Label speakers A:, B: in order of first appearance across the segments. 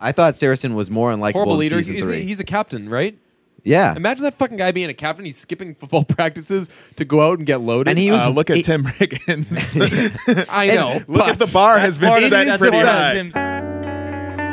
A: I thought Saracen was more unlikable
B: Horrible
A: in
B: leader.
A: season
B: He's,
A: three.
B: he's a captain, right?
A: yeah,
B: Imagine that fucking guy being a captain. He's skipping football practices to go out and get loaded.
A: And he was-
C: Uh, look at
A: it-
C: Tim Riggins.
B: I know.
C: look
B: but
C: at the bar has been
D: Part of
C: set
D: that's
C: pretty
D: part of
C: high.
D: him.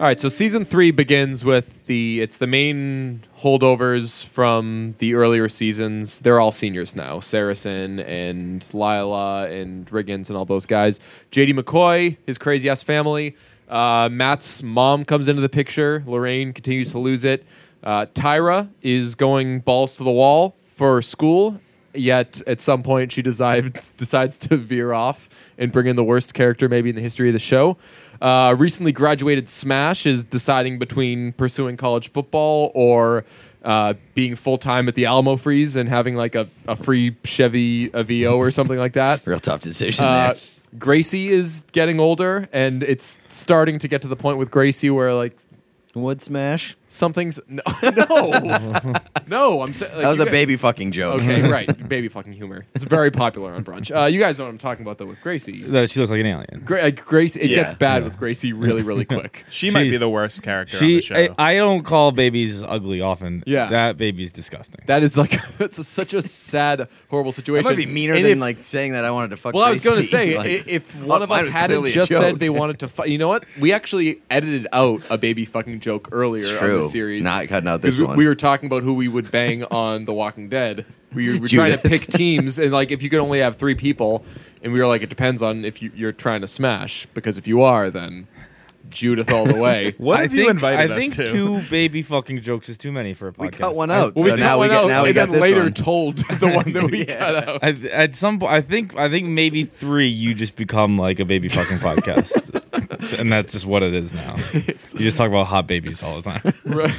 B: All right, so season three begins with the it's the main holdovers from the earlier seasons. They're all seniors now. Saracen and Lila and Riggins and all those guys. JD McCoy, his crazy ass family. Uh, Matt's mom comes into the picture. Lorraine continues to lose it. Uh, Tyra is going balls to the wall for school. Yet at some point she decides decides to veer off and bring in the worst character maybe in the history of the show. Uh, recently graduated Smash is deciding between pursuing college football or uh, being full time at the Alamo Freeze and having like a, a free Chevy Aveo or something like that.
A: real tough decision there.
B: Uh, Gracie is getting older and it's starting to get to the point with Gracie where like
A: Wood smash.
B: something's no no, no I'm sa- like,
A: That was
B: you
A: a
B: guys-
A: baby fucking joke.
B: Okay, right. Baby fucking humor. It's very popular on brunch. Uh, you guys know what I'm talking about though with Gracie.
D: That she looks like an alien.
B: Gra- uh, Grace, it
C: Yeah.
B: gets bad with Gracie really, really quick.
C: She might
D: She's-
C: be the worst character on the
D: She,
C: show.
D: I, I don't call babies ugly often.
B: Yeah.
D: that baby's disgusting.
B: That is like that's a, such a sad, horrible
A: That
B: situation.
A: might be meaner
B: And
A: than
B: if-
A: like saying that I wanted to fuck.
B: Well, I was going to
A: Gracie.
B: say
A: Like,
B: i- if one
A: oh,
B: of
A: mine
B: us
A: was
B: hadn't
A: clearly a
B: just said
A: joke.
B: they wanted to, fu- you know what? We actually edited out a baby fucking joke earlier
A: It's
B: on
A: true.
B: the series.
A: Not cutting out
B: 'Cause
A: this
B: we-
A: one.
B: We were talking about who we would bang on The Walking Dead. We were, we're trying to
A: Judith.
B: pick teams, and like if you could only have three people, and we were like, it depends on if you, you're trying to smash, because if you are, then Judith all the way.
C: what
D: I
C: have
D: think,
C: you invited
D: I
C: us
D: think
C: to?
D: two baby fucking jokes is too many for a podcast.
A: we cut one
D: I-
A: out,
B: Well,
A: so
B: cut
A: now we
B: one
A: get
B: out,
A: now we
B: and
A: got
B: then
A: this
B: later
A: one.
B: told the one that we cut out.
D: I, at some point, I think I think maybe three. You just become like a baby fucking podcast, and that's just what it is now. You just talk about hot babies all the time.
B: Right.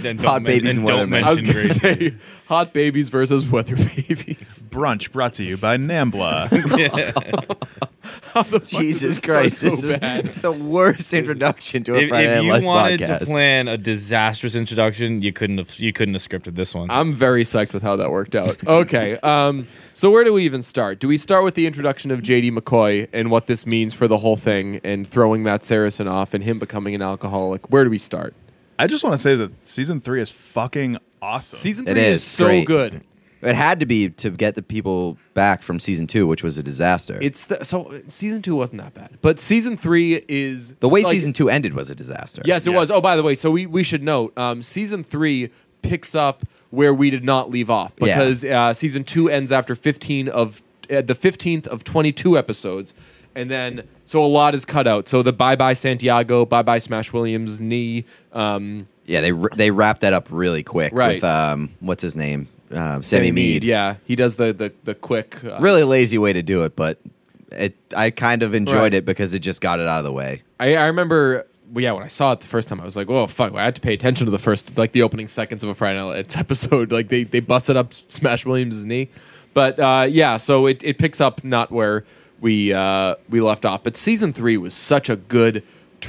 D: Then don't
A: Hot
D: men-
A: babies and
D: and don't
A: weathermen.
B: I was
D: mention
B: going to say
D: race.
B: hot babies versus weather babies.
C: Brunch brought to you by Nambla.
A: Jesus Christ,
B: so
A: this is
B: bad.
A: the worst introduction to a
D: If,
A: Friday
D: if
A: Night
D: you
A: Lights
D: wanted
A: podcast.
D: to plan a disastrous introduction, you couldn't have you couldn't have scripted this one.
B: I'm very psyched with how that worked out. Okay, um, so where do we even start? Do we start with the introduction of JD McCoy and what this means for the whole thing, and throwing Matt Saracen off and him becoming an alcoholic? Where do we start?
C: I just want to say that season three is fucking awesome.
B: Season
A: It
B: three is,
A: is
B: so
A: great.
B: good.
A: it had to be to get the people back from season two, which was a disaster.
B: It's the, so uh, season two wasn't that bad, but season three is
A: the way
B: like-
A: season two ended was a disaster.
B: Yes, it was.
C: Yes.
B: Oh, by the way, so we, we should note um, season three picks up where we did not leave off
A: Yeah.
B: because uh, season two ends after fifteen of uh, the fifteenth of twenty two episodes, and then so a lot is cut out. So the bye bye Santiago, bye bye Smash Williams knee. Um,
A: yeah, they they wrapped that up really quick
B: Right.
A: with um, what's his name, uh, Sammy Mead.
B: yeah, he does the the the quick. Uh,
A: really lazy way to do it, but it I kind of enjoyed
B: Right.
A: it because it just got it out of the way.
B: I, I remember, well, yeah, when I saw it the first time, I was like, "Oh fuck!" I had to pay attention to the first, like, the opening seconds of a Friday Night Lights episode. Like, they they busted up Smash Williams' knee, but uh, yeah, so it, it picks up not where we uh, we left off. But season three was such a good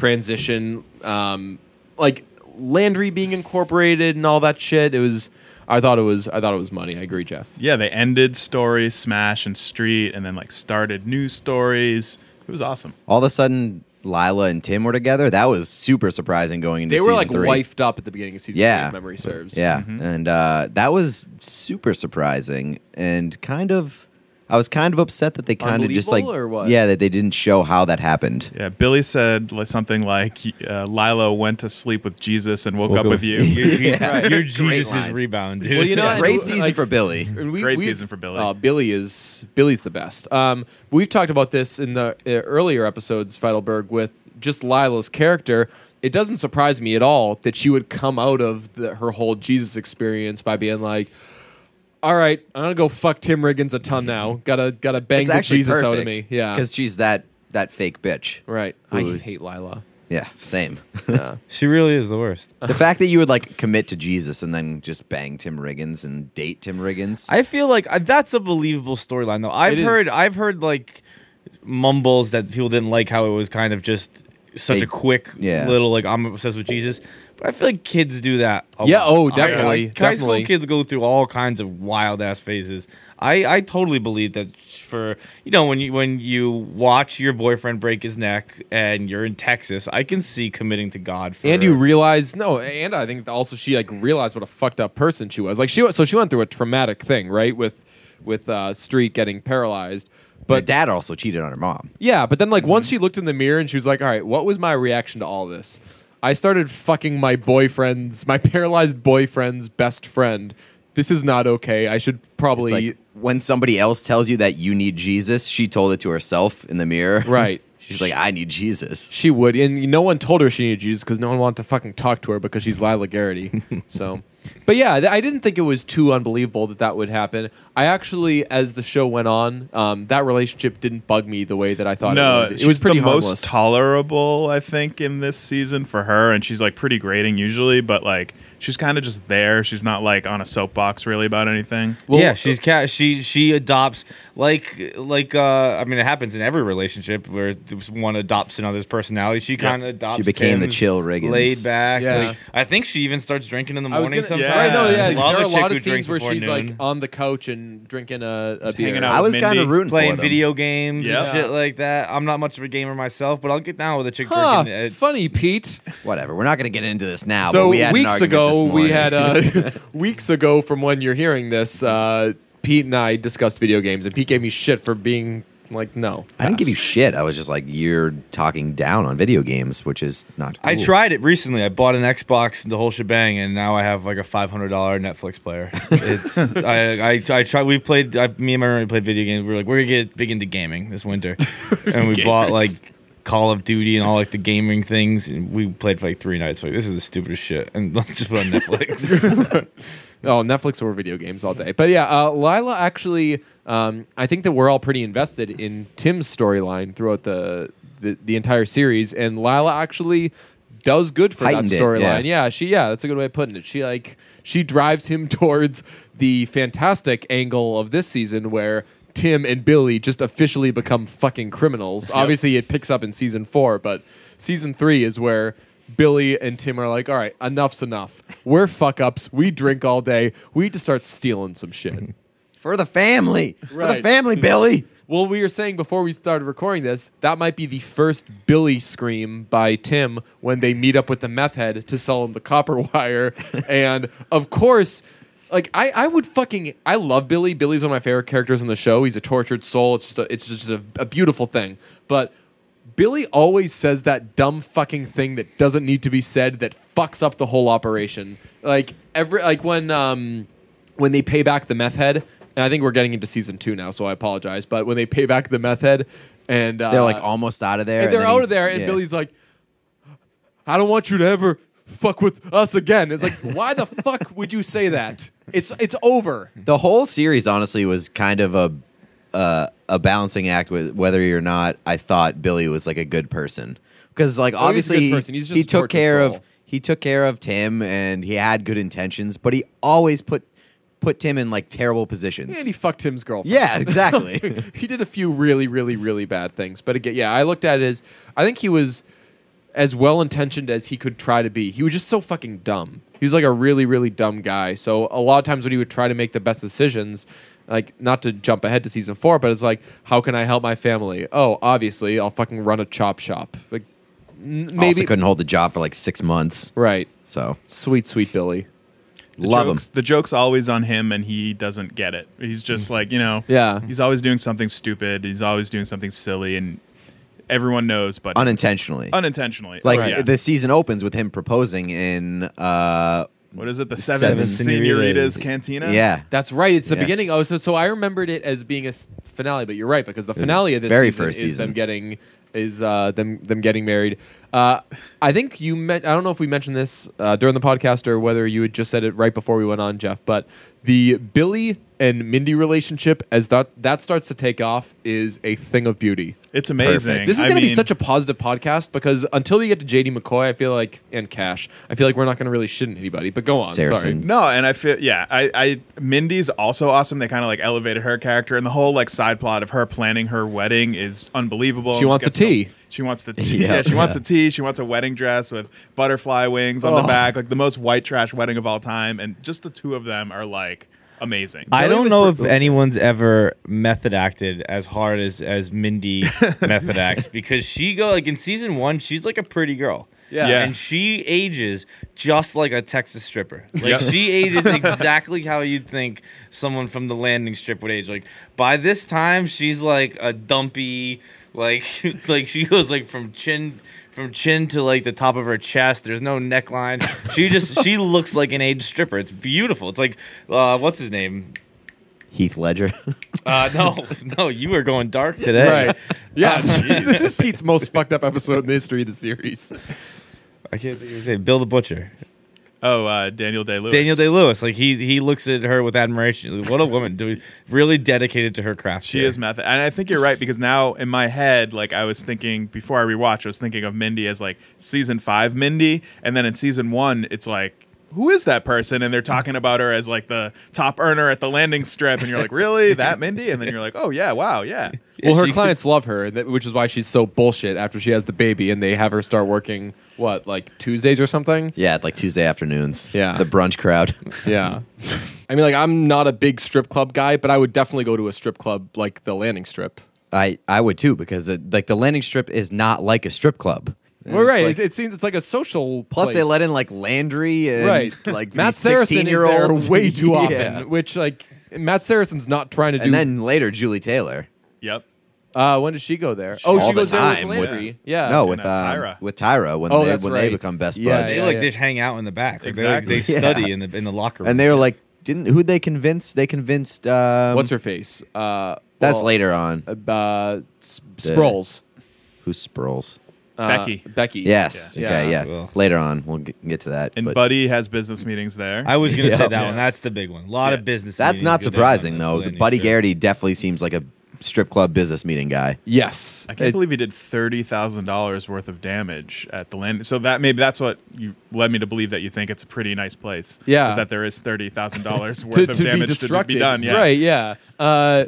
B: transition, um, like Landry being incorporated and all that shit. It was, I thought it was, I thought it was money. I agree, Jeff.
C: yeah, they ended stories, Smash and Street, and then like started new stories. It was awesome.
A: All of a sudden, Lila and Tim were together. That was super surprising going into
B: They were
A: season
B: like Mm-hmm.
A: three.
B: wifed up at the beginning of season three,
A: Yeah.
B: if memory serves.
A: Yeah, and uh, that was super surprising and kind of. I was kind of upset that they kind of just like
B: Unbelievable or what?
A: yeah that they didn't show how that happened.
C: Yeah, Billy said like, something like uh, Lila went to sleep with Jesus and woke, up with you.
D: Your, your
A: Great
D: Jesus'
A: line.
D: rebound. dude.
B: Well, you know, Yeah.
A: Great
B: so,
A: season
B: like-
A: for Billy.
B: And
C: Great
B: we've-
C: season for Billy.
B: Uh, Billy is Billy's the best. Um, we've talked about this in the uh, earlier episodes, Feidelberg, with just Lila's character. It doesn't surprise me at all that she would come out of the, her whole Jesus experience by being like, "All right, I'm gonna go fuck Tim Riggins a ton now. Gotta gotta bang
A: It's
B: the
A: actually
B: Jesus
A: perfect
B: out of me." Yeah,
A: because she's that that fake bitch.
B: right.
A: Who's-
B: I hate Lila.
A: Yeah, same.
B: Yeah.
D: She really is the worst.
A: the fact that you would like commit to Jesus and then just bang Tim Riggins and date Tim Riggins.
D: I feel like uh, that's a believable storyline though. I've
B: It is.
D: heard I've heard like mumbles that people didn't like how it was kind of just such
A: They-
D: a quick
A: yeah.
D: little like I'm obsessed with Jesus. But I feel like kids do that. A
B: Yeah,
D: lot.
B: oh,
D: I-
B: definitely,
D: like, high
B: definitely.
D: school kids go through all kinds of wild ass phases. I I totally believe that for you know when you when you watch your boyfriend break his neck and you're in Texas, I can see committing to God. For,
B: and you realize no and i think also she like realized what a fucked up person she was like she wa- so she went through a traumatic thing right with with uh street getting paralyzed
A: but
B: but
A: dad also cheated on her mom.
B: yeah but then like once she looked in the mirror and she was like all right what was my reaction to all this i started fucking my boyfriend's my paralyzed boyfriend's best friend this is not okay i should
A: It's
B: probably
A: like when somebody else tells you that you need Jesus, she told it to herself in the mirror.
B: Right.
A: She's like, I need Jesus.
B: she would and no one told her she needed jesus because no one wanted to fucking talk to her because she's lila garrity so but yeah th- i didn't think it was too unbelievable that that would happen i actually as the show went on um, that relationship didn't bug me the way that i thought
C: no,
B: it would it
C: she's
B: was pretty
C: the
B: harmless
C: most tolerable, I think, in this season for her, and she's like pretty grating usually, but like she's kind of just there. She's not like on a soapbox really about anything.
B: Well,
D: yeah, she's cat. She she adopts like like uh I mean it happens in every relationship where one adopts another's personality. She kind of adopts.
A: She became the
D: Tim's
A: chill Riggins.
D: laid back.
B: Yeah.
D: like- I think she even starts drinking in the
B: I was
D: morning
B: gonna-
D: sometimes.
B: Right, no, yeah,
D: Love
B: there are a
D: chick
B: lot
D: who
B: of scenes
D: drinks
B: where
D: before
B: she's
D: noon.
B: like on the couch and drinking a, a beer.
C: hanging out
A: I was
C: Mindy
A: kind of rooting for
D: playing
A: them.
D: video games
C: Yeah.
D: and shit like that. I'm not much of a gamer myself, but I'll get down with a chick
B: Huh,
D: drinking. uh,
B: funny, Pete.
A: Whatever. We're not going to get into this now.
B: so
A: but we had an
B: weeks
A: argument
B: ago
A: this
B: we
A: morning.
B: had uh, weeks ago from when you're hearing this uh, pete and i discussed video games and pete gave me shit for being like no
A: I didn't give you
B: pass.
A: shit. I was just like, you're talking down on video games, which is not. Cool.
D: I tried it recently. I bought an Xbox and the whole shebang, and now I have like a five hundred dollar Netflix player. It's I, I I tried. We played. I, me and my roommate played video games. We were like, we're gonna get big into gaming this winter, and we bought
C: Gamers.
D: like Call of Duty and all like the gaming things. And we played for like three nights. Like this is the stupidest shit, and let's just put on Netflix.
B: oh netflix or video games all day but yeah uh, lila actually um, i think that we're all pretty invested in tim's storyline throughout the, the the entire series and lila actually does good for
A: Heightened
B: that
A: it,
B: storyline
A: yeah.
B: yeah she yeah that's a good way of putting it she like she drives him towards the fantastic angle of this season where Tim and Billy just officially become fucking criminals. Obviously, it picks up in season four, but season three is where Billy and Tim are like, all right, enough's enough. We're fuck ups. We drink all day. We need to start stealing some shit.
A: for the family. For the
B: Right.
A: family, Billy.
B: well, we were saying before we started recording this, that might be the first Billy scream by Tim when they meet up with the meth head to sell him the copper wire. and of course, like I, I would fucking I love Billy. Billy's one of my favorite characters in the show. He's a tortured soul. It's just a, it's just a, a beautiful thing. But Billy always says that dumb fucking thing that doesn't need to be said that fucks up the whole operation. Like every like when um when they pay back the meth head, and I think we're getting into season two now, so I apologize. But when they pay back the meth head, and uh,
A: They're like almost out of there.
B: and they're
A: then
B: out
A: he-
B: of there, and
A: yeah.
B: Billy's like, "I don't want you to ever fuck with us again." It's like, why the fuck would you say that? It's it's over.
A: The whole series, honestly, was kind of a uh, a balancing act with whether or not I thought Billy was like a good person because, like,
B: a
A: obviously
B: good
A: he-
B: person. He's just
A: he
B: a
A: took
B: tortured
A: care of
B: soul.
A: he took care of Tim and he had good intentions, but he always put put Tim in like terrible positions.
B: And he fucked Tim's girlfriend.
A: yeah, exactly.
B: he did a few really, really, really bad things. But again, yeah, I looked at it as I think he was as well intentioned as he could try to be. He was just so fucking dumb. He was like a really, really dumb guy. So a lot of times when he would try to make the best decisions, like not to jump ahead to season four, but it's like, how can I help my family? Oh, obviously, I'll fucking run a chop shop. Like n- maybe
A: Also, couldn't hold the job for like six months.
B: right.
A: So
B: Sweet, sweet Billy.
C: The
A: love him.
C: joke's, The joke's always on him, and he doesn't get it. He's just like, you know,
B: Yeah.
C: He's always doing something stupid. He's always doing something silly, and everyone knows, but
A: unintentionally.
C: unintentionally. Oh,
A: like
C: yeah.
A: the season opens with him proposing in uh
C: what is it? The
A: Seven
C: seven,
D: Senoritas.
C: senoritas cantina.
A: yeah.
B: That's right. It's the
A: Yes.
B: beginning. Oh, so so I remembered it as being a s- finale, but you're right because the
A: was
B: finale of this
A: very
B: season
A: first
B: is
A: season.
B: them getting is uh, them them getting married. Uh, I think you meant. I don't know if we mentioned this uh, during the podcast or whether you had just said it right before we went on, Jeff. But the Billy and Mindy relationship as that that starts to take off is a thing of beauty.
C: It's amazing.
A: Perfect.
B: This is
C: I
B: going to be
C: mean,
B: such a positive podcast because until we get to JD McCoy, I feel like and Cash, I feel like we're not going to really shit anybody. But go on,
A: Saracen.
C: No, and I feel yeah. I, I Mindy's also awesome. They kind of like elevated her character, and the whole like side plot of her planning her wedding is unbelievable.
B: She wants a
C: gets the-
B: tea.
C: she wants the tea.
A: Yeah.
C: Yeah, she wants
A: Yeah.
C: a tea. She wants a wedding dress with butterfly wings on
B: Oh.
C: the back, like the most white trash wedding of all time. And just the two of them are like amazing.
D: I
B: Billy
D: don't
B: was
D: know if
B: pretty cool.
D: anyone's ever method acted as hard as as Mindy method acts because she go like in season one she's like a pretty girl.
B: Yeah.
C: Yeah.
D: and she ages just like a Texas stripper. Like
C: Yep.
D: she ages exactly how you'd think someone from the landing strip would age. Like by this time, she's like a dumpy, like like she goes like from chin from chin to like the top of her chest. There's no neckline. She just she looks like an aged stripper. It's beautiful. It's like uh, what's his name?
A: Heath Ledger.
D: Uh, no, no, you are going dark today.
B: Right. Oh, Yeah. this is Pete's most fucked up episode in the history of the series.
D: I can't think of his name. Bill the Butcher.
C: oh, uh, Daniel Day Lewis.
D: Daniel Day Lewis. Like he he looks at her with admiration. What a woman. Dude, really dedicated to her craft.
C: She
D: here.
C: is method, and I think you're right because now in my head, like I was thinking before I rewatched, I was thinking of Mindy as like season five Mindy, and then in season one, it's like who is that person? And they're talking about her as like the top earner at the landing strip, and you're like, really that Mindy? And then you're like, oh yeah, wow, yeah.
B: Well, her
D: she-
B: clients love her, and that- which is why she's so bullshit after she has the baby and they have her start working, what, like Tuesdays or something?
A: yeah, like Tuesday afternoons.
B: Yeah.
A: the brunch crowd.
B: Yeah. I mean, like, I'm not a big strip club guy, but I would definitely go to a strip club like the landing strip.
A: I I would too because it, like the landing strip is not like a strip club.
B: well, right.
A: like-
B: it, it seems it's like a social.
A: Plus,
B: place.
A: they let in like Landry and
B: right.
A: like
B: Matt
A: sixteen
B: Saracen
A: year olds
B: is there way too often, which like Matt Saracen's not trying to do.
A: And then later, Julie Taylor.
C: Yep.
B: uh, when does she go there? Oh,
A: All
B: she
A: the
B: goes
A: time
B: there with
A: with-
B: Landry. yeah.
A: no, with
C: and, uh,
A: um,
C: Tyra.
A: with Tyra when
B: Oh,
A: they
B: that's
A: when they
B: right.
A: become best
B: Yeah,
A: buds.
D: They
B: yeah,
D: like
B: yeah.
D: just hang out in the back. Like, They, like, they
C: Exactly.
A: Yeah.
D: study in the in the locker room.
A: And they were like, didn't who they convinced? They convinced. Um,
B: What's her face? Uh,
A: That's
B: well,
A: later on.
B: Uh, S- Sproles.
A: Who Sproles?
B: Uh,
C: Becky.
B: Becky.
A: Yes.
B: Yeah.
A: Okay.
B: Yeah.
A: Yeah.
D: Well.
A: Later on, we'll get, get to that.
C: And
A: but
C: Buddy has business meetings there.
D: I was gonna
A: Yeah.
D: say that
A: Yeah.
D: one. That's the big one. A lot of
C: Yeah.
D: business.
A: that's
D: meetings
A: not
D: go down
A: surprising
D: on
A: though.
D: the
A: The Buddy
D: landing strip.
C: Oh,
A: Garrity definitely seems like a strip club business meeting guy.
B: Yes.
C: I can't
B: It-
C: believe he did thirty thousand dollars worth of damage at the land. So that maybe that's what you led me to believe that you think it's a pretty nice place.
B: Yeah.
C: is that there is thirty thousand dollars worth
B: to,
C: of
B: to be
C: damage to
B: destructive.
C: be done. Yeah.
B: Right. Yeah. Uh,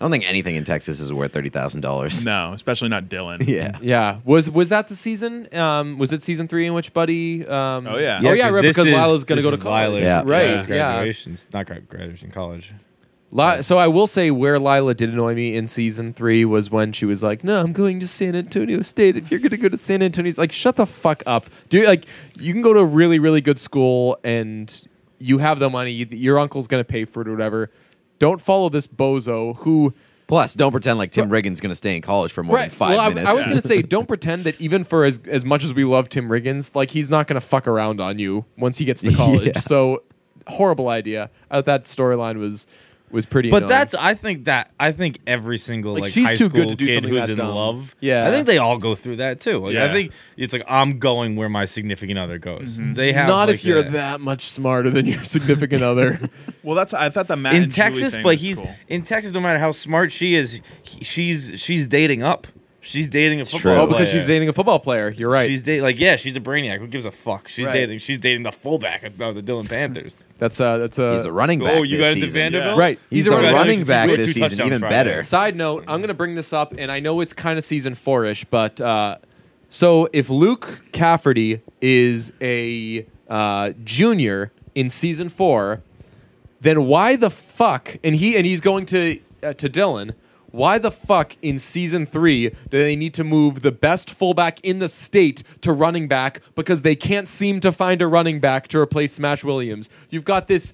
A: I don't think anything in Texas is worth thirty thousand dollars.
C: No, especially not Dylan.
A: Yeah.
B: yeah. Was was that the season? Um, was it season three in which Buddy? Um,
C: Oh, yeah.
B: Oh yeah.
D: 'cause
B: Right.
D: this
B: Because
D: is-
B: Lila's gonna
D: this
B: go to
D: is
B: college.
A: Yeah.
B: Right. Yeah.
D: Graduations, not gra- graduation, college.
B: Li- so I will say where Lila did annoy me in season three was when she was like, "No, I'm going to San Antonio State. If you're going to go to San Antonio, it's like shut the fuck up, dude. Like you can go to a really really good school and you have the money. You, your uncle's going to pay for it or whatever. Don't follow this bozo who."
A: Plus, don't pretend like Tim Riggins going to stay in college for more than five
B: well, I-
A: minutes.
B: I, was going to say, don't pretend that even for as as much as we love Tim Riggins, like he's not going to fuck around on you once he gets to college.
A: Yeah.
B: So horrible idea. Uh, that storyline was was pretty.
D: But
B: annoying.
D: that's I think that I think every single
B: Like,
D: like,
B: she's
D: high
B: too
D: school
B: good to do
D: kid
B: something
D: who's
B: that
D: in
B: dumb.
D: love.
B: Yeah.
D: I think they all go through that too. Like, I
C: Yeah.
D: think it's like I'm going where my significant other goes.
A: Mm-hmm.
D: They have
B: not
D: like,
B: if you're
D: a-
B: that much smarter than your significant other.
C: Well, that's I thought the Matt
D: in
C: and Julie
D: Texas,
C: thing
D: but
C: was
D: he's
C: cool.
D: in Texas. No matter how smart she is, he- she's she's dating up. She's dating a
A: true.
D: football.
B: oh, because
D: player.
B: she's dating a football player. You're right.
D: She's dating like yeah, she's a brainiac. Who gives a fuck? She's
B: Right.
D: dating. She's dating the fullback of the Dylan Panthers.
B: that's uh that's a
A: He's a running back.
D: oh, you
A: this
D: got it to
A: season.
D: Vanderbilt.
B: right.
A: He's,
B: He's
A: the
B: a running
A: running, back
D: back. He scored
A: this
D: two
A: season,
D: touchdowns
A: even
D: Friday.
A: better.
B: Side note, I'm going to bring this up, and I know it's kind of season four ish, but uh, so if Luke Cafferty is a uh, junior in season four, then why the fuck? And he and he's going to uh, to Dylan. Why the fuck in season three do they need to move the best fullback in the state to running back because they can't seem to find a running back to replace Smash Williams? You've got this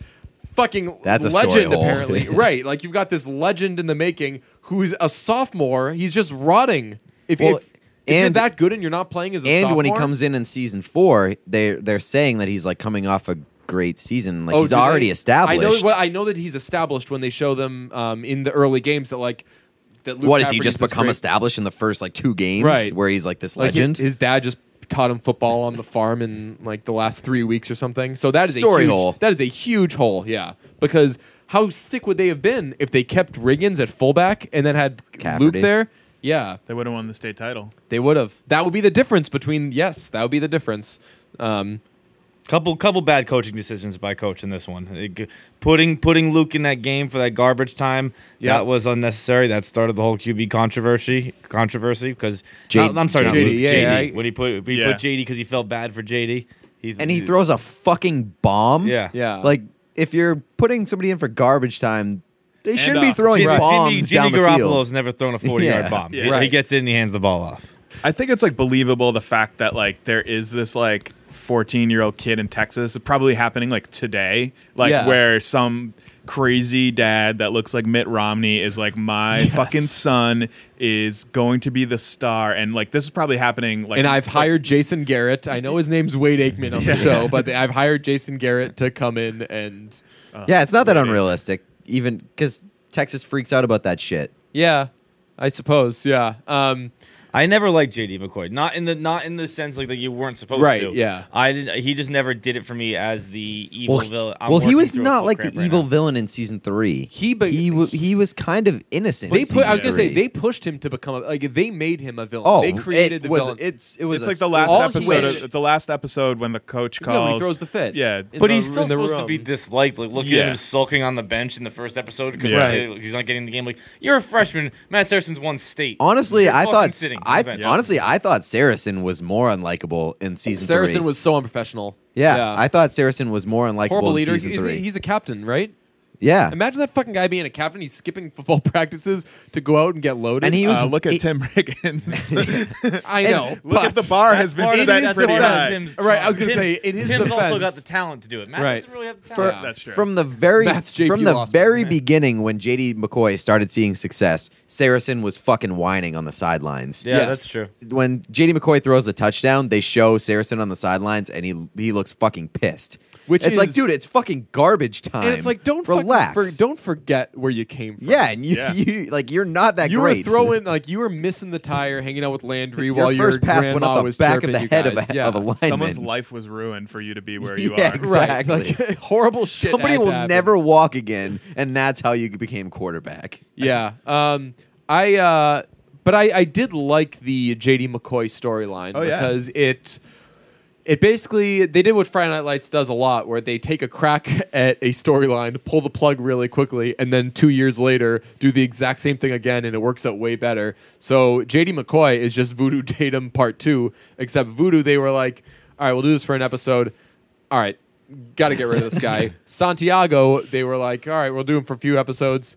B: fucking
A: That's a story
B: legend
A: hole.
B: apparently, right? Like you've got this legend in the making who's a sophomore. He's just rotting. If,
A: Well,
B: if, if you're
A: and-
B: that good and you're not playing as a
A: and
B: sophomore,
A: when he comes in in season four, they they're saying that he's like coming off a great season, like he's
B: do they-
A: already established.
B: Oh, I know, well, I know that he's established when they show them um, in the early games that like that. Luke
A: what has he
B: Cafferty's
A: just
B: this
A: become
B: great-
A: established in the first like two games,
B: Right.
A: Where he's like this
B: like, hi-
A: legend.
B: His dad just taught him football on the farm in like the last three weeks or something. So that is
A: Story
B: a huge,
A: hole.
B: That is a huge hole. Yeah, because how sick would they have been if they kept Riggins at fullback and then had Luke
A: Cafferty.
B: there? Yeah,
C: They would have won the state title.
B: they would have. That would be the difference between yes, that would be the difference. Um,
D: Couple couple bad coaching decisions by coach in this one. It g- putting putting Luke in that game for that garbage time
B: Yeah.
D: that was unnecessary. That started the whole QB controversy controversy because
A: J-
D: I'm sorry, not
B: JD,
D: Luke,
B: yeah,
D: JD.
B: yeah, I-
D: when he put he
C: Yeah.
D: put JD because he felt bad for JD. He's
A: and he throws a fucking bomb.
D: Yeah.
B: yeah,
A: Like if you're putting somebody in for garbage time, they shouldn't be
C: off.
A: throwing
D: Jimmy,
A: bombs
D: Jimmy,
A: down
D: Jimmy
A: the
D: Garoppolo's
A: field.
D: never thrown a 40
A: Yeah.
D: yard bomb.
C: Yeah.
D: He- He
B: Right.
D: gets in, and he hands the ball off.
C: I think it's like believable the fact that like there is this like 14 year old kid in Texas probably happening like today, like
B: Yeah.
C: where some crazy dad that looks like Mitt Romney is like my fucking son is going to be the star and like this is probably happening like
B: and I've hired Jason Garrett. I know his name's Wade Aikman on the show, but I've hired Jason Garrett to come in and
A: Yeah, it's not that
C: Yeah.
A: unrealistic, even because Texas freaks out about that shit.
B: yeah, I suppose yeah. Um,
D: I never liked JD McCoy. Not in the not in the sense like that you weren't supposed
B: Right,
D: to.
B: yeah.
D: I didn't. He just never did it for me as the evil villain. I'm
A: well, he
D: working
A: was
D: through a
A: not
D: foot
A: like the
D: cramp right
A: evil
D: now.
A: villain in season three.
B: He be-
A: he, wa- he was kind of innocent.
B: they
A: in
B: put. I was
A: season
B: gonna say
A: three.
B: they pushed him to become a, like they made him a villain.
A: Oh,
B: they created
A: it
B: the
A: was,
B: villain.
A: It's it was
C: it's
A: a
C: like the last
A: slow-
B: all he
C: episode.
B: went-
C: Of, it's the last episode when the coach
B: No, he
C: calls.
B: throws the fit.
C: Yeah,
B: In
D: But
B: the-
D: he's
B: in
D: still
B: the
D: supposed to
B: room.
D: be disliked. Like look
C: Yeah.
D: at him sulking on the bench in the first episode because
C: Yeah.
D: he's not getting the game. Like you're a freshman. Matt Saracens won state.
A: Honestly,
D: You're
A: I
D: fucking
A: thought
D: sitting on
A: I
D: the bench.
A: honestly I thought Saracen was more unlikable in season
B: Saracen
A: three.
B: was so unprofessional.
A: yeah, I thought Saracen was more unlikable
B: horrible
A: in
B: leader. He's,
A: season three.
B: he's a captain, right?
A: yeah,
B: Imagine that fucking guy being a captain. He's skipping football practices to go out and get loaded.
A: And he was-
C: Uh, look at
A: it-
C: Tim Riggins.
B: I know.
C: look at the
B: but-
C: bar
D: That's
C: has been
D: part of-
B: it
C: set
B: is
D: that's
C: pretty
D: part of
B: defense.
C: high.
D: Tim's
B: Right, I was gonna
D: Tim-
B: say, it is
D: Tim's also
B: defense.
D: got the talent to do it. Matt
B: Right.
D: doesn't really have the
B: For-
D: talent.
C: That's true.
A: From the very
B: That's JP
A: from the
B: Lossman.
A: very beginning when JD McCoy started seeing success, Saracen was fucking whining on the sidelines.
D: yeah,
B: yes.
D: that's true.
A: When JD McCoy throws a touchdown, they show Saracen on the sidelines and he he looks fucking pissed.
B: Which
A: it's like,
B: is-
A: dude, it's fucking garbage time.
B: and it's like don't fucking
A: relax.
B: for- don't forget where you came from.
A: yeah, and you,
C: Yeah.
A: you like you're not that
B: You were
A: great.
B: throwing like you were missing the tire, hanging out with Landry
A: Your
B: while your
A: first pass went
B: grandma
A: up the
B: was
A: back of
B: chirping
A: the
B: you
A: head of
B: guys.
A: a
B: yeah.
A: of a lineman.
C: Someone's life was ruined for you to be where you
A: Yeah,
C: are.
A: exactly.
B: Right, like, horrible shit.
A: Somebody
B: had to
A: will
B: happen.
A: never walk again, and that's how you became quarterback.
B: Yeah. Um, I, uh, but I, I did like the JD McCoy storyline
C: Oh, yeah.
B: because it, it basically they did what Friday Night Lights does a lot, where they take a crack at a storyline, pull the plug really quickly, and then two years later do the exact same thing again, and it works out way better. So JD McCoy is just Voodoo Tatum Part Two, except Voodoo they were like, all right, we'll do this for an episode. All right. Got to get rid of this guy. Santiago, they were like, all right, we'll do him for a few episodes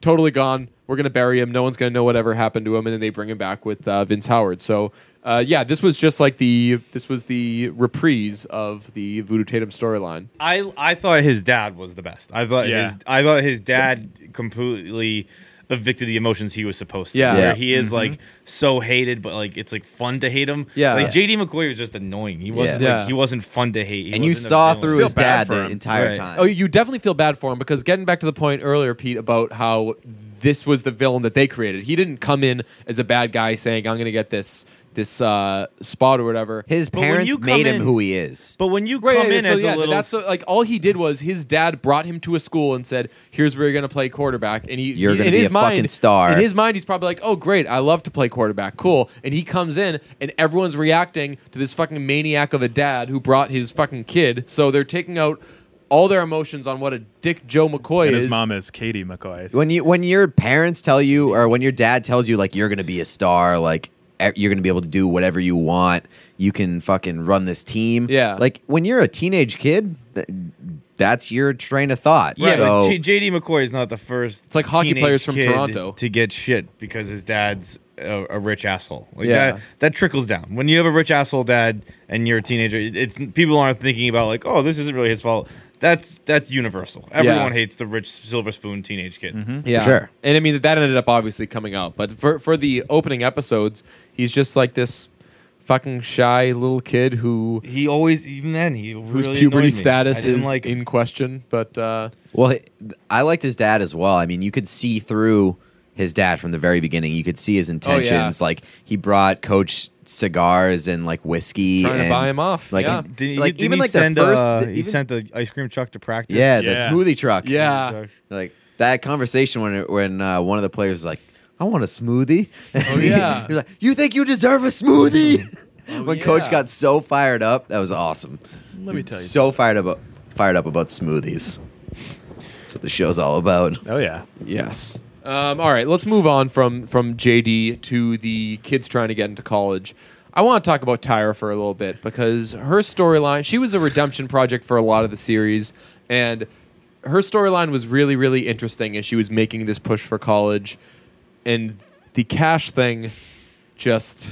B: totally gone. We're gonna bury him. No one's gonna know whatever happened to him, and then they bring him back with uh, Vince Howard. So, uh, yeah, this was just like the this was the reprise of the Voodoo Tatum storyline.
D: I I thought his dad was the best. I thought
C: Yeah.
D: his I thought his dad completely evicted the emotions he was supposed to.
B: Yeah.
D: where
A: Yeah.
D: he is like so hated, but like it's like fun to hate him.
B: Yeah.
D: like JD McCoy was just annoying. He wasn't
B: Yeah.
D: like he wasn't fun to hate. He
A: and you
D: wasn't a
A: saw
D: villain.
A: through
C: Feel
A: his
C: bad
A: dad
C: for
A: the
C: him.
A: entire
D: Right.
A: time.
B: Oh, you definitely feel bad for him because getting back to the point earlier, Pete, about how this was the villain that they created. He didn't come in as a bad guy saying, "I'm gonna get this this uh, spot or whatever."
A: His
D: But when
A: parents
D: you
A: made
D: come
A: him
D: in-
A: who he is.
D: But when you come
B: Right, yeah,
D: in
B: yeah, so
D: as
B: yeah,
D: a little,
B: that's the- uh, like all he did was his dad brought him to a school and said, "Here's where you're going to play quarterback." And he,
A: You're
B: he-
A: gonna
B: in
A: be
B: his
A: a
B: mind,
A: fucking star.
B: In his mind, he's probably like, "Oh, great, I love to play quarterback, cool." And he comes in, and everyone's reacting to this fucking maniac of a dad who brought his fucking kid. So they're taking out all their emotions on what a dick Joe McCoy
C: And
B: is.
C: his mom is Katie McCoy.
A: when you when your parents tell you or when your dad tells you like you're gonna be a star like e- you're gonna be able to do whatever you want you can fucking run this team
B: Yeah.
A: like when you're a teenage kid th- that's your train of thought
D: yeah.
A: so,
D: but J- JD McCoy is not the first. It's
B: like hockey players from Toronto.
D: to get shit because his dad's a, a rich asshole. Like
B: Yeah.
D: that, that trickles down. When you have a rich asshole dad and you're a teenager, it- it's people aren't thinking about like, oh, this isn't really his fault. That's that's universal. Everyone hates the rich silver spoon teenage kid.
B: Yeah,
A: Sure.
B: And I mean that ended up obviously coming out, but for for the opening episodes, he's just like this fucking shy little kid who.
D: He always, even then, he
B: Whose
D: really annoyed
B: puberty
D: me. I
B: status
D: didn't
B: is
D: like him.
B: in question, but uh,
A: well i liked his dad as well i mean you could see through his dad from the very beginning. You could see
D: Oh,
A: his intentions.
B: yeah.
A: Like he brought Coach cigars and like whiskey
B: Trying to
A: and
B: buy him off,
A: Like
B: yeah.
A: and-
D: Did,
A: like
D: did
A: even
D: he
A: like
D: send,
A: the first.
D: uh,
A: the-
D: he
A: even-
D: sent the ice cream truck to practice.
A: yeah,
C: Yeah.
A: the smoothie truck.
B: Yeah.
A: Like that conversation when it- when uh, one of the players was like, "I want a smoothie." Oh
B: yeah. Oh,
A: He's like, "You think you deserve a smoothie?" when
B: yeah.
A: coach got so fired up, that was awesome.
C: Let me tell you.
A: So fired up, fired up about smoothies. That's what the show's all about.
C: oh yeah.
B: Yes. Um, all right, let's move on from from JD to the kids trying to get into college. I want to talk about Tyra for a little bit because her storyline, she was a redemption project for a lot of the series, and her storyline was really, really interesting as she was making this push for college. And the cash thing just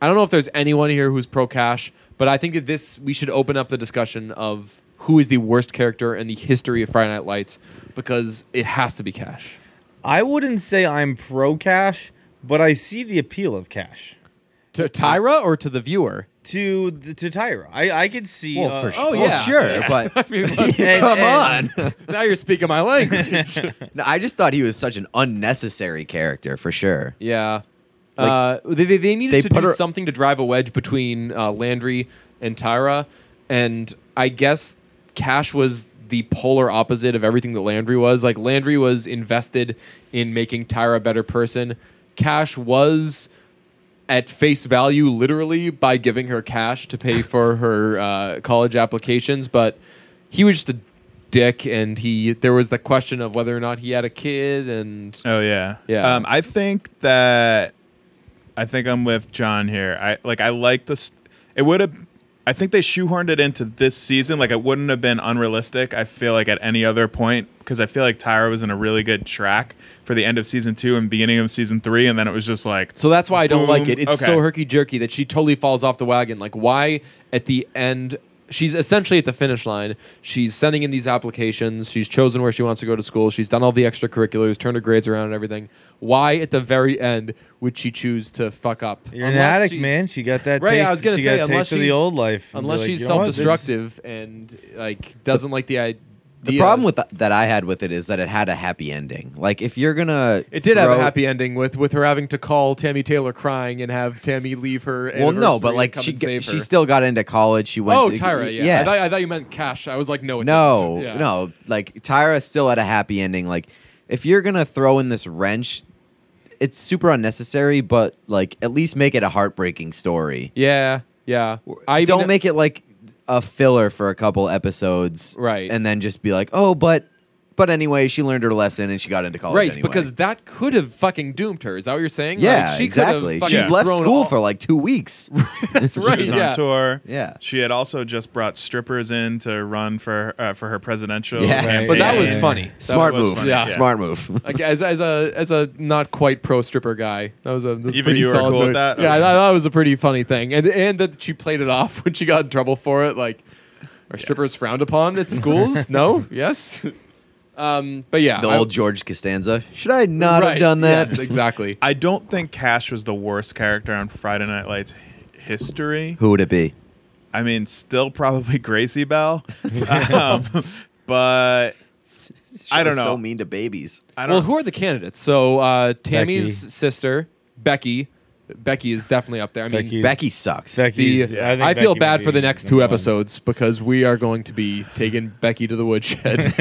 B: I don't know if there's anyone here who's pro cash, but I think that this we should open up the discussion of who is the worst character in the history of Friday Night Lights because it has to be Cash.
D: I wouldn't say I'm pro cash, but I see the appeal of cash
B: To Tyra or to the viewer?
D: to the, to Tyra. I I could see. uh,
B: sure. Oh, yeah.
A: sure. But
D: and-
A: come
D: and-
A: on.
B: now you're speaking my language.
A: No, I just thought he was such an unnecessary character for sure.
B: yeah. uh, they, they, they needed
A: they
B: to
A: put
B: do
A: her-
B: something to drive a wedge between uh, Landry and Tyra, and I guess Cash was the polar opposite of everything that Landry was. Like Landry was invested in making Tyra a better person. Cash was at face value, literally, by giving her cash to pay for her uh, college applications. But he was just a dick, and he there was the question of whether or not he had a kid, and
C: Oh yeah.
B: Yeah.
C: Um, I think that I think I'm with John here. I like I like this. It would have. I think they shoehorned it into this season. Like it wouldn't have been unrealistic. I feel like at any other point because I feel like Tyra was in a really good track for the end of season two and beginning of season three, and then it was just like
B: So that's why I don't
C: Boom.
B: like it. It's
C: Okay.
B: so herky jerky that she totally falls off the wagon. Like, why at the end? She's essentially at the finish line. She's sending in these applications. She's chosen where she wants to go to school. She's done all the extracurriculars, turned her grades around and everything. Why at the very end would she choose to fuck up?
D: You're an
B: Unless
D: addict,
B: she-
D: man. She got that.
B: Right,
D: taste,
B: I was gonna
D: she
B: say
D: got a
B: unless
D: taste of the
B: she's-
D: old life. and be
B: Unless
D: like,
B: she's
D: "You know what? This-
B: self-destructive and like doesn't like the idea.
A: The problem with th- that I had with it is that it had a happy ending. Like if you're gonna,
B: it did have a
A: throw-
B: happy ending with with her having to call Tammy Taylor crying and have Tammy leave her.
A: Well, no,
B: anniversary
A: but
B: and
A: like
B: come
A: she
B: and
A: g-
B: save
A: she
B: her.
A: still got into college. She went.
B: Oh,
A: to,
B: Tyra, yeah. I,
A: yes.
B: thought, I thought you meant cash. I was like, no, it
A: no,
B: doesn't. Yeah.
A: no. Like Tyra still had a happy ending. Like if you're gonna throw in this wrench, it's super unnecessary. But like at least make it a heartbreaking story.
B: Yeah, yeah. I
A: don't
B: mean,
A: make it like a filler for a couple episodes,
B: Right.
A: And then just be like, oh, but but anyway, she learned her lesson and she got into college.
B: right
A: anyway.
B: because that could have fucking doomed her. Is that what you're saying?
A: yeah,
B: Like, she could have
A: exactly. She
B: fucking
A: left
B: thrown
A: school
B: all-
A: for like two weeks. That's
B: right.
C: she was
B: yeah.
C: on tour.
A: Yeah.
C: She had also just brought strippers in to run for uh, for her presidential.
A: Yes.
C: campaign.
B: But that was
D: Yeah.
B: funny. That
A: Smart
B: was
A: move.
B: funny. Yeah.
A: Smart move.
B: Like, as, as a as a not quite pro stripper guy, that was a that was
C: Even
B: pretty
C: you were
B: solid
C: cool with
B: move.
C: that?
B: Yeah,
C: Okay.
B: I thought that was a pretty funny thing, and and that she played it off when she got in trouble for it. Like, are strippers frowned upon at schools? no, yes. Um, but yeah,
A: the
B: I-
A: old George Costanza. Should I not have
B: right,
A: done that?
B: Yes, exactly.
C: I don't think Cash was the worst character on Friday Night Lights hi- history.
A: Who would it be?
C: I mean, still probably Gracie Bell, um, but I don't
A: She's So
C: know.
A: mean to babies.
C: I
B: well,
C: don't.
B: who are the candidates? So uh, Tammy's sister, Becky. Becky is definitely up there. I mean,
D: Becky. Yeah.
A: Becky sucks.
D: Becky's-
B: the-
D: I, think
B: I feel
D: Becky
B: bad
D: might
B: for
D: be
B: the next
D: number
B: two
D: one.
B: episodes because we are going to be taking Becky to the woodshed.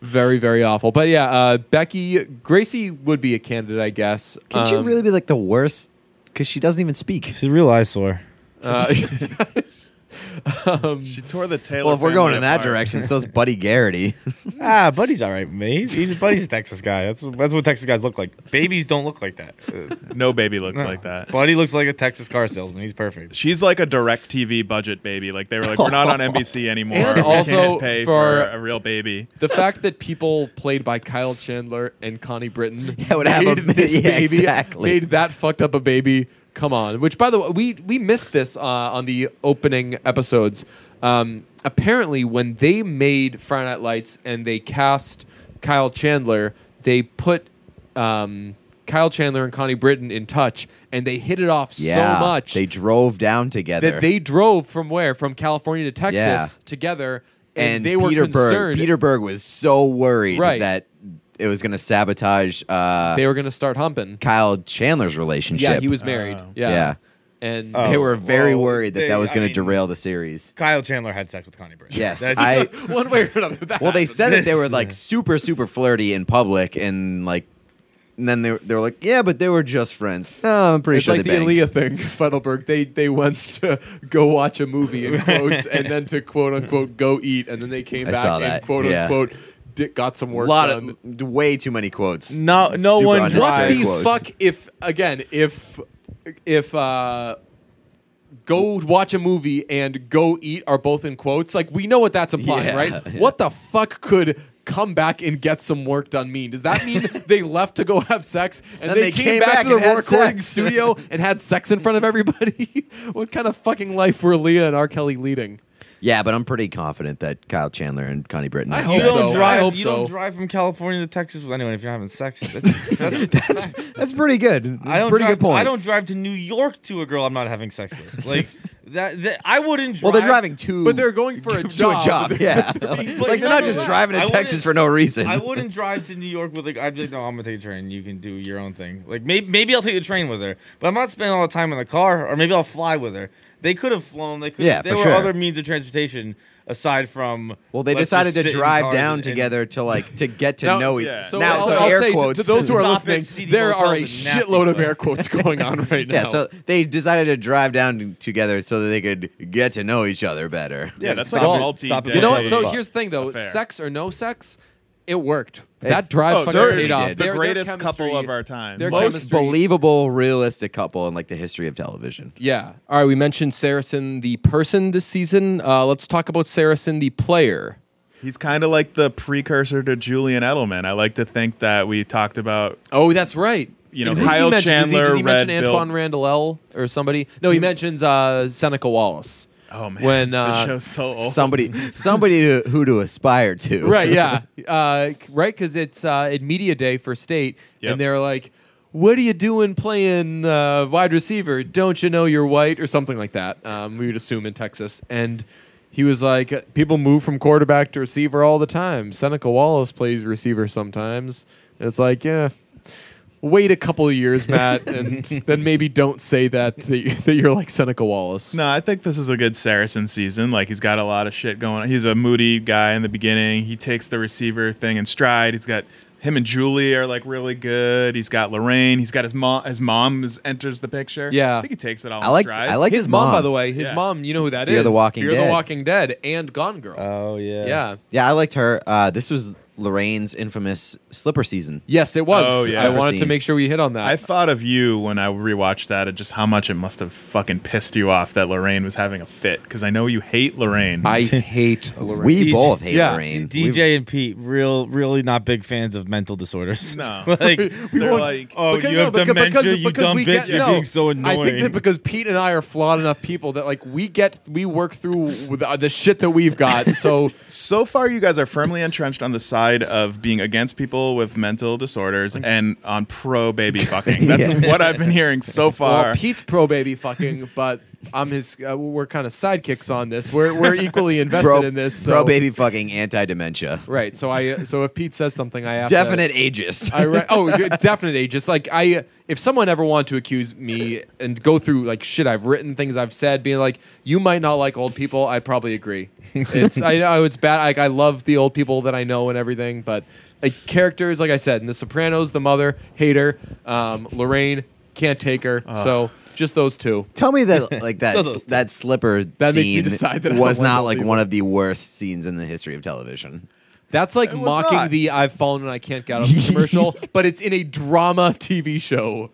B: very, very awful. But yeah, uh, Becky Gracie would be a candidate, I guess.
A: Can she
B: Um,
A: really be like the worst? Because she doesn't even speak.
D: She's a real eyesore.
B: uh, um,
C: she tore the tail.
A: Well, if we're going in that direction, so's Buddy Garrity.
D: Ah, Buddy's all right, man. He's, he's Buddy's a Texas guy. That's what, that's what Texas guys look like. Babies don't look like that. Uh,
C: no baby looks
D: no.
C: like that.
D: Buddy looks like a Texas car salesman. He's perfect.
C: She's like a direct TV budget baby. Like they were like, we're not on NBC anymore.
B: And
C: We
B: also
C: can't pay
B: for-
C: for, a real baby.
B: the fact that people played by Kyle Chandler and Connie Britton
A: Yeah, would have a mini- yeah,
B: baby,
A: exactly.
B: made that fucked up a baby. Come on. Which, by the way, we we missed this uh, on the opening episodes. Um, apparently, when they made Friday Night Lights and they cast Kyle Chandler, they put um, Kyle Chandler and Connie Britton in touch, and they hit it off
A: Yeah,
B: so much
A: they drove down together.
B: that they drove from where from California to Texas
A: Yeah.
B: together, and,
A: and
B: they were
A: Peter Berg.
B: concerned.
A: Peter Berg was so worried
B: Right.
A: that it was gonna sabotage uh,
B: they were gonna start humping.
A: Kyle Chandler's relationship.
B: Yeah, he was married.
C: Oh.
B: yeah.
A: Yeah.
B: and
D: Oh.
A: They were very
D: well,
A: worried that
D: they-
A: that was
D: I
A: going
D: mean-
A: to derail the series.
D: Kyle Chandler had sex with Connie Britton.
A: Yes,
D: That's-
A: I.
B: one way or another. That
A: Well, they
B: happened.
A: said that they were like super, super flirty in public, and like, and then they were, they were like, yeah, but they were just friends. No, I'm pretty
B: It's
A: sure
B: like
A: they
B: the
A: banged.
B: Aaliyah thing, Feidelberg. They they went to go watch a movie in quotes, and then to quote unquote go eat, and then they came
A: I
B: back
A: saw
B: and
A: that,
B: quote
A: yeah.
B: unquote did, got some
A: A
B: work
A: lot
B: done.
A: of way too many quotes.
C: No- no
A: Super
C: one
B: what
A: unnecessary
C: drives-
B: the
A: quotes.
B: fuck if again if if uh go watch a movie and go eat are both in quotes like we know what that's implying
A: Yeah,
B: right
A: yeah.
B: what the fuck could come back and get some work done mean does that mean they left to go have sex and,
A: And
B: they,
A: they
B: came,
A: came
B: back,
A: back
B: to the
A: and had
B: recording
A: sex.
B: studio and had sex in front of everybody what kind of fucking life were leah and r kelly leading
A: Yeah, but I'm pretty confident that Kyle Chandler and Connie Britton.
B: I
A: had
B: hope
D: You
A: sex.
D: don't
B: so. I
D: drive.
B: hope
D: you
B: so.
D: don't drive from California to Texas with anyone if you're having sex. That's, that's-
A: That's that's pretty good. That's
D: I don't
A: pretty
D: drive,
A: good point.
D: I don't drive to New York to a girl I'm not having sex with. Like that, that I wouldn't. Drive,
A: Well, they're driving to,
B: but they're going for a
A: to
B: job,
A: a job. Yeah,
D: but
A: like they're not just
D: nonetheless,
A: driving
D: I
A: to Texas
D: wouldn't-
A: for no reason.
D: I wouldn't drive to New York with like. I'd be like, no, I'm gonna take a train. You can do your own thing. Like maybe maybe I'll take the train with her, but I'm not spending all the time in the car. Or maybe I'll fly with her. They could have flown. They could.
A: Yeah,
D: there
A: for
D: were
A: sure.
D: other means of transportation aside from.
A: Well, they
D: let's
A: decided
D: just
A: to
D: sit in
A: drive
D: cars
A: down
D: and-
A: together to like to get to
B: Now-
A: know each.
C: yeah.
A: other.
B: So
A: now,
B: I'll,
A: so
B: I'll
A: air
B: say to-
A: quotes
B: to, those who are
D: Stop it,
B: listening,
D: CD
B: there are a
D: Gonzalez and nasty
B: shitload of
D: play.
B: air quotes going on right now.
A: Yeah, so they decided to drive down together so that they could get to know each other better.
C: Yeah, that's
D: Stop
C: like a
B: it.
C: multi.
D: Stop it.
B: You know what?
D: Yeah,
B: So
D: yeah,
B: here's the thing, though:
C: Affair.
B: sex or no sex, it worked.
A: It-
B: That drives
A: Oh,
B: fucking
A: certainly
B: paid off.
A: did.
C: the
B: Their- their
C: greatest couple
B: chemistry-
C: of our time.
B: their
A: Most
B: chemistry-
A: believable, realistic couple in like the history of television.
B: Yeah. All right. We mentioned Saracen the person this season. Uh, let's talk about Saracen the player.
C: He's kind of like the precursor to Julian Edelman. I like to think that we talked about.
B: Oh, that's right.
C: You know,
B: And who does he
C: Kyle
B: mention? Does he-
C: Chandler,
B: Does he, mention
C: Red
B: Antoine
C: Bill- Hmm.
B: Randall L. or somebody? No, he mentions uh, Seneca Wallace.
C: Oh man,
B: When
C: the
B: uh,
C: show's so old.
A: Somebody, somebody to, who to aspire to.
B: right yeah uh, right because it's uh, at media day for state
C: Yep.
B: and they're like what are you doing playing uh, wide receiver don't you know you're white or something like that um, we would assume in texas and he was like people move from quarterback to receiver all the time seneca wallace plays receiver sometimes and it's like yeah wait a couple of years matt and then maybe don't say that that you- that you're like seneca wallace
C: No, I think this is a good Saracen season. Like he's got a lot of shit going on. He's a moody guy in the beginning. He takes the receiver thing in stride. He's got him and Julie are like really good. He's got Lorraine. He's got his mom. His mom is, enters the picture.
B: Yeah.
C: I think he takes it all.
A: I
C: in
A: like.
C: stride.
A: I like
B: his,
A: his,
B: mom, by the way his
C: Yeah.
B: mom you know who that is.
A: Fear the Walking
B: Fear
A: Dead. Uh,
B: the walking dead and gone girl
D: Oh yeah.
B: yeah
A: Yeah, I liked her. Uh, this was Lorraine's infamous slipper season.
B: Yes, it was.
C: Oh, yeah.
B: I wanted to
A: Scene.
B: make sure we hit on that.
C: I thought of you when I rewatched that and just how much it must have fucking pissed you off that Lorraine was having a fit because I know you hate Lorraine.
B: hate Lorraine.
A: We
D: DJ
A: both hate
B: yeah,
A: Lorraine.
D: DJ and Pete, real, really not big fans of mental disorders.
C: No.
D: like,
C: They're
B: won't-
C: like,
D: oh,
B: Because-
D: you
B: no,
D: have
B: because-
D: dementia,
B: because-
D: you
B: because
D: dumb
B: we
D: bitch.
B: get-
D: you're
B: no,
D: being so annoying.
B: I think that because Pete and I are flawed enough people that like we get we work through with, uh, the shit that we've got. So
C: so far you guys are firmly entrenched on the side of being against people with mental disorders and on pro baby fucking. That's what I've been hearing so far.
B: well, Pete's pro baby fucking, but I'm his. Uh, we're kind of sidekicks on this. We're we're equally invested
A: Bro,
B: in this. So.
A: bro, baby, fucking anti-dementia.
B: Right. So I. uh, So if Pete says something, I have to-
A: Definite ageist.
B: I re- oh, d- definitely. Just like I, if someone ever wanted to accuse me and go through like shit I've written, things I've said, being like, you might not like old people. I probably agree. It's I know it's bad. Like I love the old people that I know and everything, but like characters, like I said, in The Sopranos, the mother hater, um, Lorraine can't take her. so just those two.
A: Tell me that like that
D: Still those
A: that slipper
B: That makes me
A: scene
B: decide that I
A: was
B: don't wanna
A: not like
B: believe
A: one of the worst scenes in the history of television.
B: That's like
C: It was
B: mocking
C: not.
B: the "I've fallen and I can't get up" commercial, but it's in a drama TV show.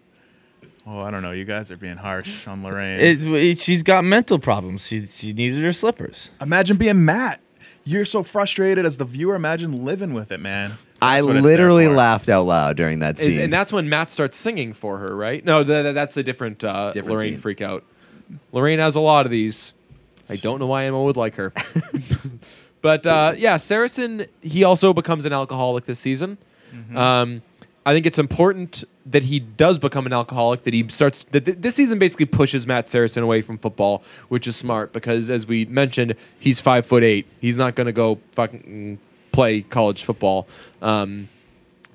C: oh, I don't know. You guys are being harsh on Lorraine.
D: It's- it- she's got mental problems. She she needed her slippers.
C: imagine being Matt. You're so frustrated as the viewer. Imagine living with it, man.
A: I
C: That's what it's
A: literally
C: there for.
A: laughed out loud during that
B: Is-
A: scene.
B: and that's when Matt starts singing for her, right? No, th- th- that's a different, uh,
A: Different
B: Lorraine
A: scene.
B: freakout. Lorraine has a lot of these. I don't know why Emma would like her, but uh, yeah, Saracen. He also becomes an alcoholic this season. Um, I think it's important that he does become an alcoholic. That he starts. That th- this season basically pushes Matt Saracen away from football, which is smart because, as we mentioned, he's five foot eight. He's not going to go fucking play college football. Um,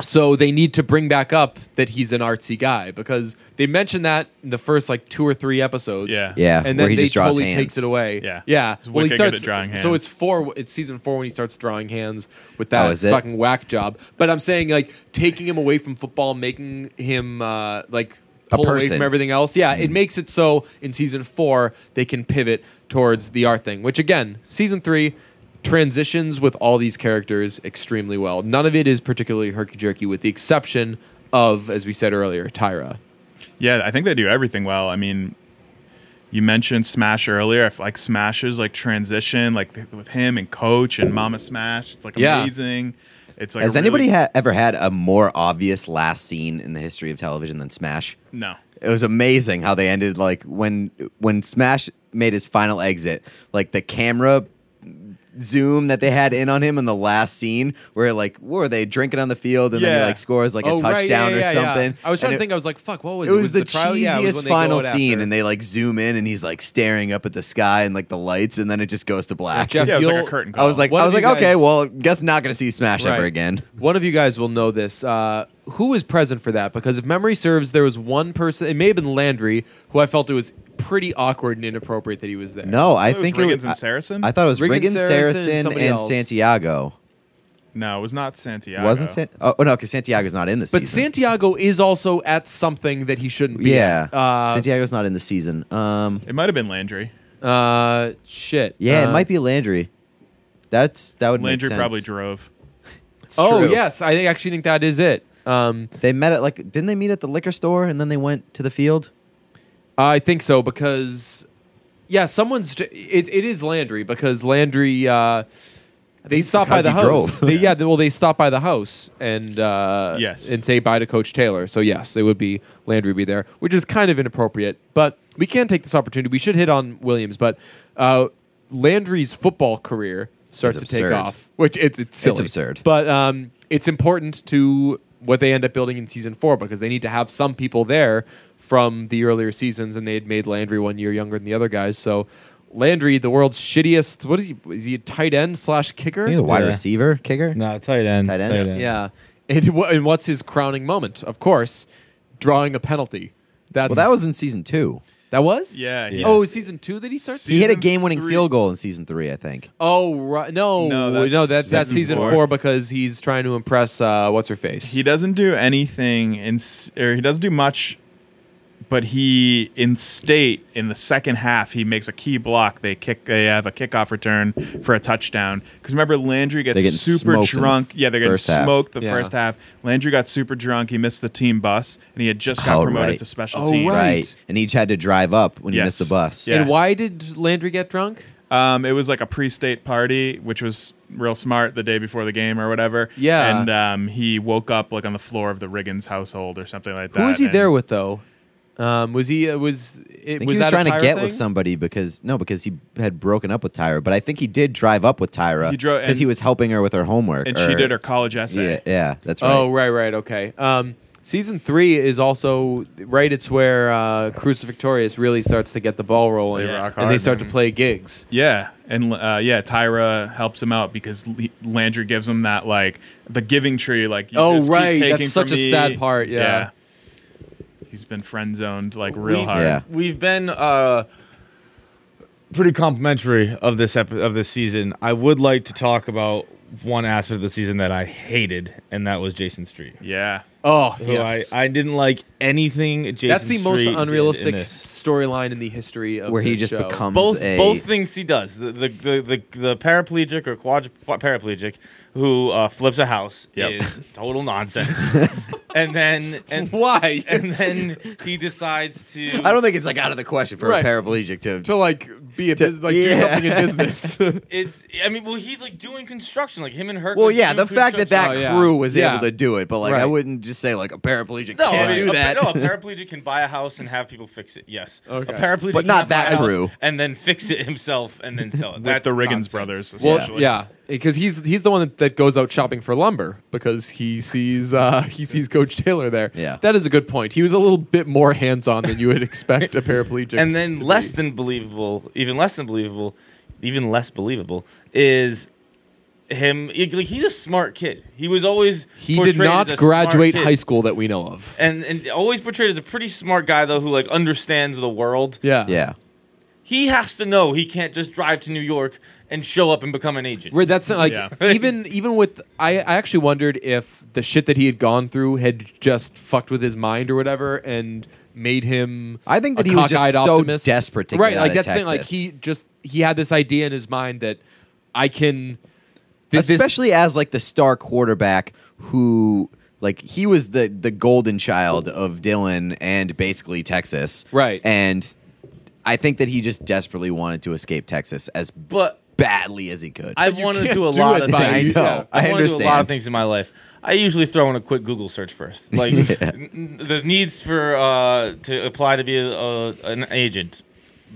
B: So they need to bring back up that he's an artsy guy because they mentioned that in the first like two or three episodes.
C: Yeah.
A: Yeah,
B: and
A: where
B: then
A: he
B: they
A: just draws
B: totally
A: hands.
B: takes it away.
C: Yeah.
B: yeah.
C: He's wicked good at drawing
B: So
C: hands.
B: it's four. It's season four when he starts drawing hands with that
A: Oh, is it?
B: fucking whack job. But I'm saying like taking him away from football, making him uh, like
A: A
B: pull away
A: person. Mm.
B: from everything else. Yeah, it makes it so in season four they can pivot towards the art thing, which again, season three transitions with all these characters extremely well. None of it is particularly herky jerky, with the exception of, as we said earlier, Tyra.
C: Yeah, I think they do everything well. I mean, you mentioned Smash earlier. If like Smash's like transition, like th- with him and Coach and Mama Smash, it's like
B: Yeah.
C: amazing. It's like
A: Has
C: a really-
A: anybody ha- ever had a more obvious last scene in the history of television than Smash?
C: no?
A: It was amazing how they ended like when when Smash made his final exit, like the camera zoom that they had in on him in the last scene where like what were they drinking on the field and then he
C: Yeah.
A: like scores like a
B: Oh, right,
A: touchdown
B: yeah,
A: or
B: yeah, yeah.
A: something.
B: I was trying
A: And
B: to think. I was like, "Fuck, what was
A: It was, the,
B: trial?
A: cheesiest
B: Yeah, it was when they go
A: final
B: out
A: scene,
B: after.
A: and they like zoom in, and he's like staring up at the sky and like the lights, and then it just goes to black.
B: Jeff,
C: Yeah, it was like
B: You'll-
C: a curtain call.
A: I was like,
B: One
A: I
B: of
A: was like,
B: you
A: okay,
B: guys-
A: well, guess not gonna see Smash ever
B: Right.
A: again.
B: One of you guys will know this. Uh, who was present for that? Because if memory serves, there was one person. It may have been Landry, who I felt it was pretty awkward and inappropriate that he was there.
A: No, I
C: it was
A: think
C: Riggins
A: it was.
C: and
A: I-
C: Saracen.
A: I thought it was
B: Riggins,
A: Riggins,
B: Saracen,
A: Saracen,
B: somebody
A: and
B: else.
A: Santiago.
C: no, it was not Santiago.
A: Wasn't San- oh, oh, no, because Santiago's not in the
B: but
A: season.
B: Santiago is also at something that he shouldn't be.
A: yeah,
B: at. Uh,
A: Santiago's not in the season. Um,
C: It might have been Landry.
B: uh, shit.
A: yeah,
B: Uh,
A: it might be Landry. That's that would make
C: Landry
A: sense.
C: probably drove.
A: It's
B: Oh
A: true.
B: yes, I think- actually think that is it. Um,
A: they met at like didn't they meet at the liquor store and then they went to the field?
B: I think so because, yeah, someone's. It, it is Landry because Landry. Uh, they stopped by
A: because
B: the
A: he
B: house.
A: drove.
B: They, yeah, well, they stopped by the house and uh,
C: Yes.
B: and say bye to Coach Taylor. So yes, it would be Landry would be there, which is kind of inappropriate. But we can take this opportunity. We should hit on Williams, but uh, Landry's football career starts to
A: It's
B: take
A: absurd.
B: off, which it's it's, silly.
A: absurd.
B: But um, it's important to what they end up building in season four because they need to have some people there from the earlier seasons, and they had made Landry one year younger than the other guys. So Landry, the world's shittiest, what is he? Is he a tight end slash kicker?
A: I think a wide
D: Yeah.
A: receiver kicker.
D: No, tight end.
A: Tight end?
B: Yeah. And, wha- and what's his crowning moment? Of course, drawing a penalty. That's,
A: Well, that was in season two.
B: that was
C: Yeah, he-
B: Oh, season two that he starts.
C: See-
A: He hit a
C: Season
A: game-winning
C: three-
A: field goal in season three, I think.
B: oh right, no,
C: No,
B: no,
C: that's
B: that's, that's
C: season
B: season four.
C: four.
B: because he's trying to impress. Uh, what's her face?
C: He doesn't do anything in, s- or he doesn't do much, but he in state in the second half he makes a key block. They kick. They have a kickoff return for a touchdown. Because remember Landry
A: They're getting
C: gets super
A: smoked in the
C: drunk. yeah, they're getting
A: first half.
C: smoked the
B: Yeah.
C: first half. Landry got super drunk. He missed the team bus, and he had just got
A: Oh,
C: promoted
A: right.
C: to special
B: Oh,
C: team.
B: Right.
A: Right, and each had to drive up when he
C: Yes.
A: missed the bus.
C: Yeah.
B: And why did Landry get drunk?
C: Um, it was like a pre-state party, which was real smart the day before the game or whatever.
B: Yeah.
C: and um, he woke up like on the floor of the Riggins household or something like that.
B: Who was he
C: and-
B: there with though? Um, was he uh, was
A: I
B: it
A: think
B: was
A: he was
B: that a
A: trying to
B: Tyra
A: get with
B: thing?
A: somebody because no, because he had broken up with Tyra. But I think he did drive up with Tyra
C: He drove-
A: because he
C: and-
A: was helping her with her homework.
C: And
A: or-
C: she did her college essay.
A: Yeah, yeah, that's right.
B: Oh right, right, okay. Um, season three is also right. It's where uh, Crucifixorious really starts to get the ball rolling,
C: They rock
B: and they
C: hard,
B: start
C: man.
B: to play gigs.
C: Yeah, and uh, yeah, Tyra helps him out because Le- Landry gives him that like the giving tree, like you
B: Oh,
C: just keep
B: right,
C: taking
B: that's
C: from
B: such a
C: me.
B: sad part, yeah.
C: he's been friend zoned like real hard.
A: Yeah.
D: We've been uh, pretty complimentary of this epi- of this season. I would like to talk about one aspect of the season that I hated, and that was Jason Street.
C: yeah,
B: Oh
D: Who
B: yes.
D: I, I didn't like anything Jason
B: That's the most
D: Street did in
B: unrealistic
D: this.
B: storyline in the history of
A: Where he
B: this
A: just
B: show.
A: becomes
D: both
A: a
D: both things he does the the the, the, the paraplegic or quadri- paraplegic who uh, flips a house
C: Yep.
D: is total nonsense and then and
B: why
D: and then he decides to
A: I don't think it's like out of the question for
B: Right.
A: a paraplegic to.
B: to like be a
A: To-
B: business, like
A: yeah.
B: do something in business.
D: it's i mean well he's like doing construction like him and her
A: well, yeah, the fact that that
B: Oh, yeah.
A: crew was
B: Yeah.
A: able to do it, but like I
B: Right.
A: wouldn't just say like a paraplegic
D: no,
A: can't
D: I mean,
A: do
D: a-
A: that.
D: no, a paraplegic can buy a house and have people fix it. Yes,
B: Okay.
D: a paraplegic,
A: But not
D: can buy a
A: that
D: house
A: crew.
D: and then fix it himself and then sell it.
C: with
D: That's
C: the Riggins
D: nonsense.
C: brothers.
B: well,
C: Essentially.
B: yeah, because he's he's the one that, that goes out shopping for lumber because he sees uh, he sees Coach Taylor there.
A: Yeah.
B: that is a good point. He was a little bit more hands on than you would expect a paraplegic.
D: and then
B: to
D: less
B: be.
D: than believable, even less than believable, even less believable is him. Like he's a smart kid. He was always
B: He
D: portrayed
B: did
D: as
B: not
D: a smart
B: graduate
D: kid.
B: high school that we know of.
D: and and always portrayed as a pretty smart guy though, who like understands the world.
B: Yeah.
A: Yeah.
D: He has to know he can't just drive to New York and show up and become an agent.
B: Where that's like
C: Yeah.
B: even even with I, I actually wondered if the shit that he had gone through had just fucked with his mind or whatever and made him
A: I think that
B: a
A: he was just
B: cockeyed
A: so
B: optimist.
A: desperate to get
B: right
A: out
B: like
A: of
B: that's the thing like
A: Texas.
B: he just he had this idea in his mind that I can this, this-
A: especially as like the star quarterback who like he was the the golden child of Dylan and basically Texas.
B: Right.
A: And I think that he just desperately wanted to escape Texas as
D: but
A: badly as he could.
D: I wanted to
B: can't
D: do a
B: do
D: lot
B: it
D: of
B: by
D: things.
A: yourself. I know. I
D: wanna do a lot
A: understand.
D: of things in my life. I usually throw in a quick Google search first, like n- the needs for uh, to apply to be a, a, an agent,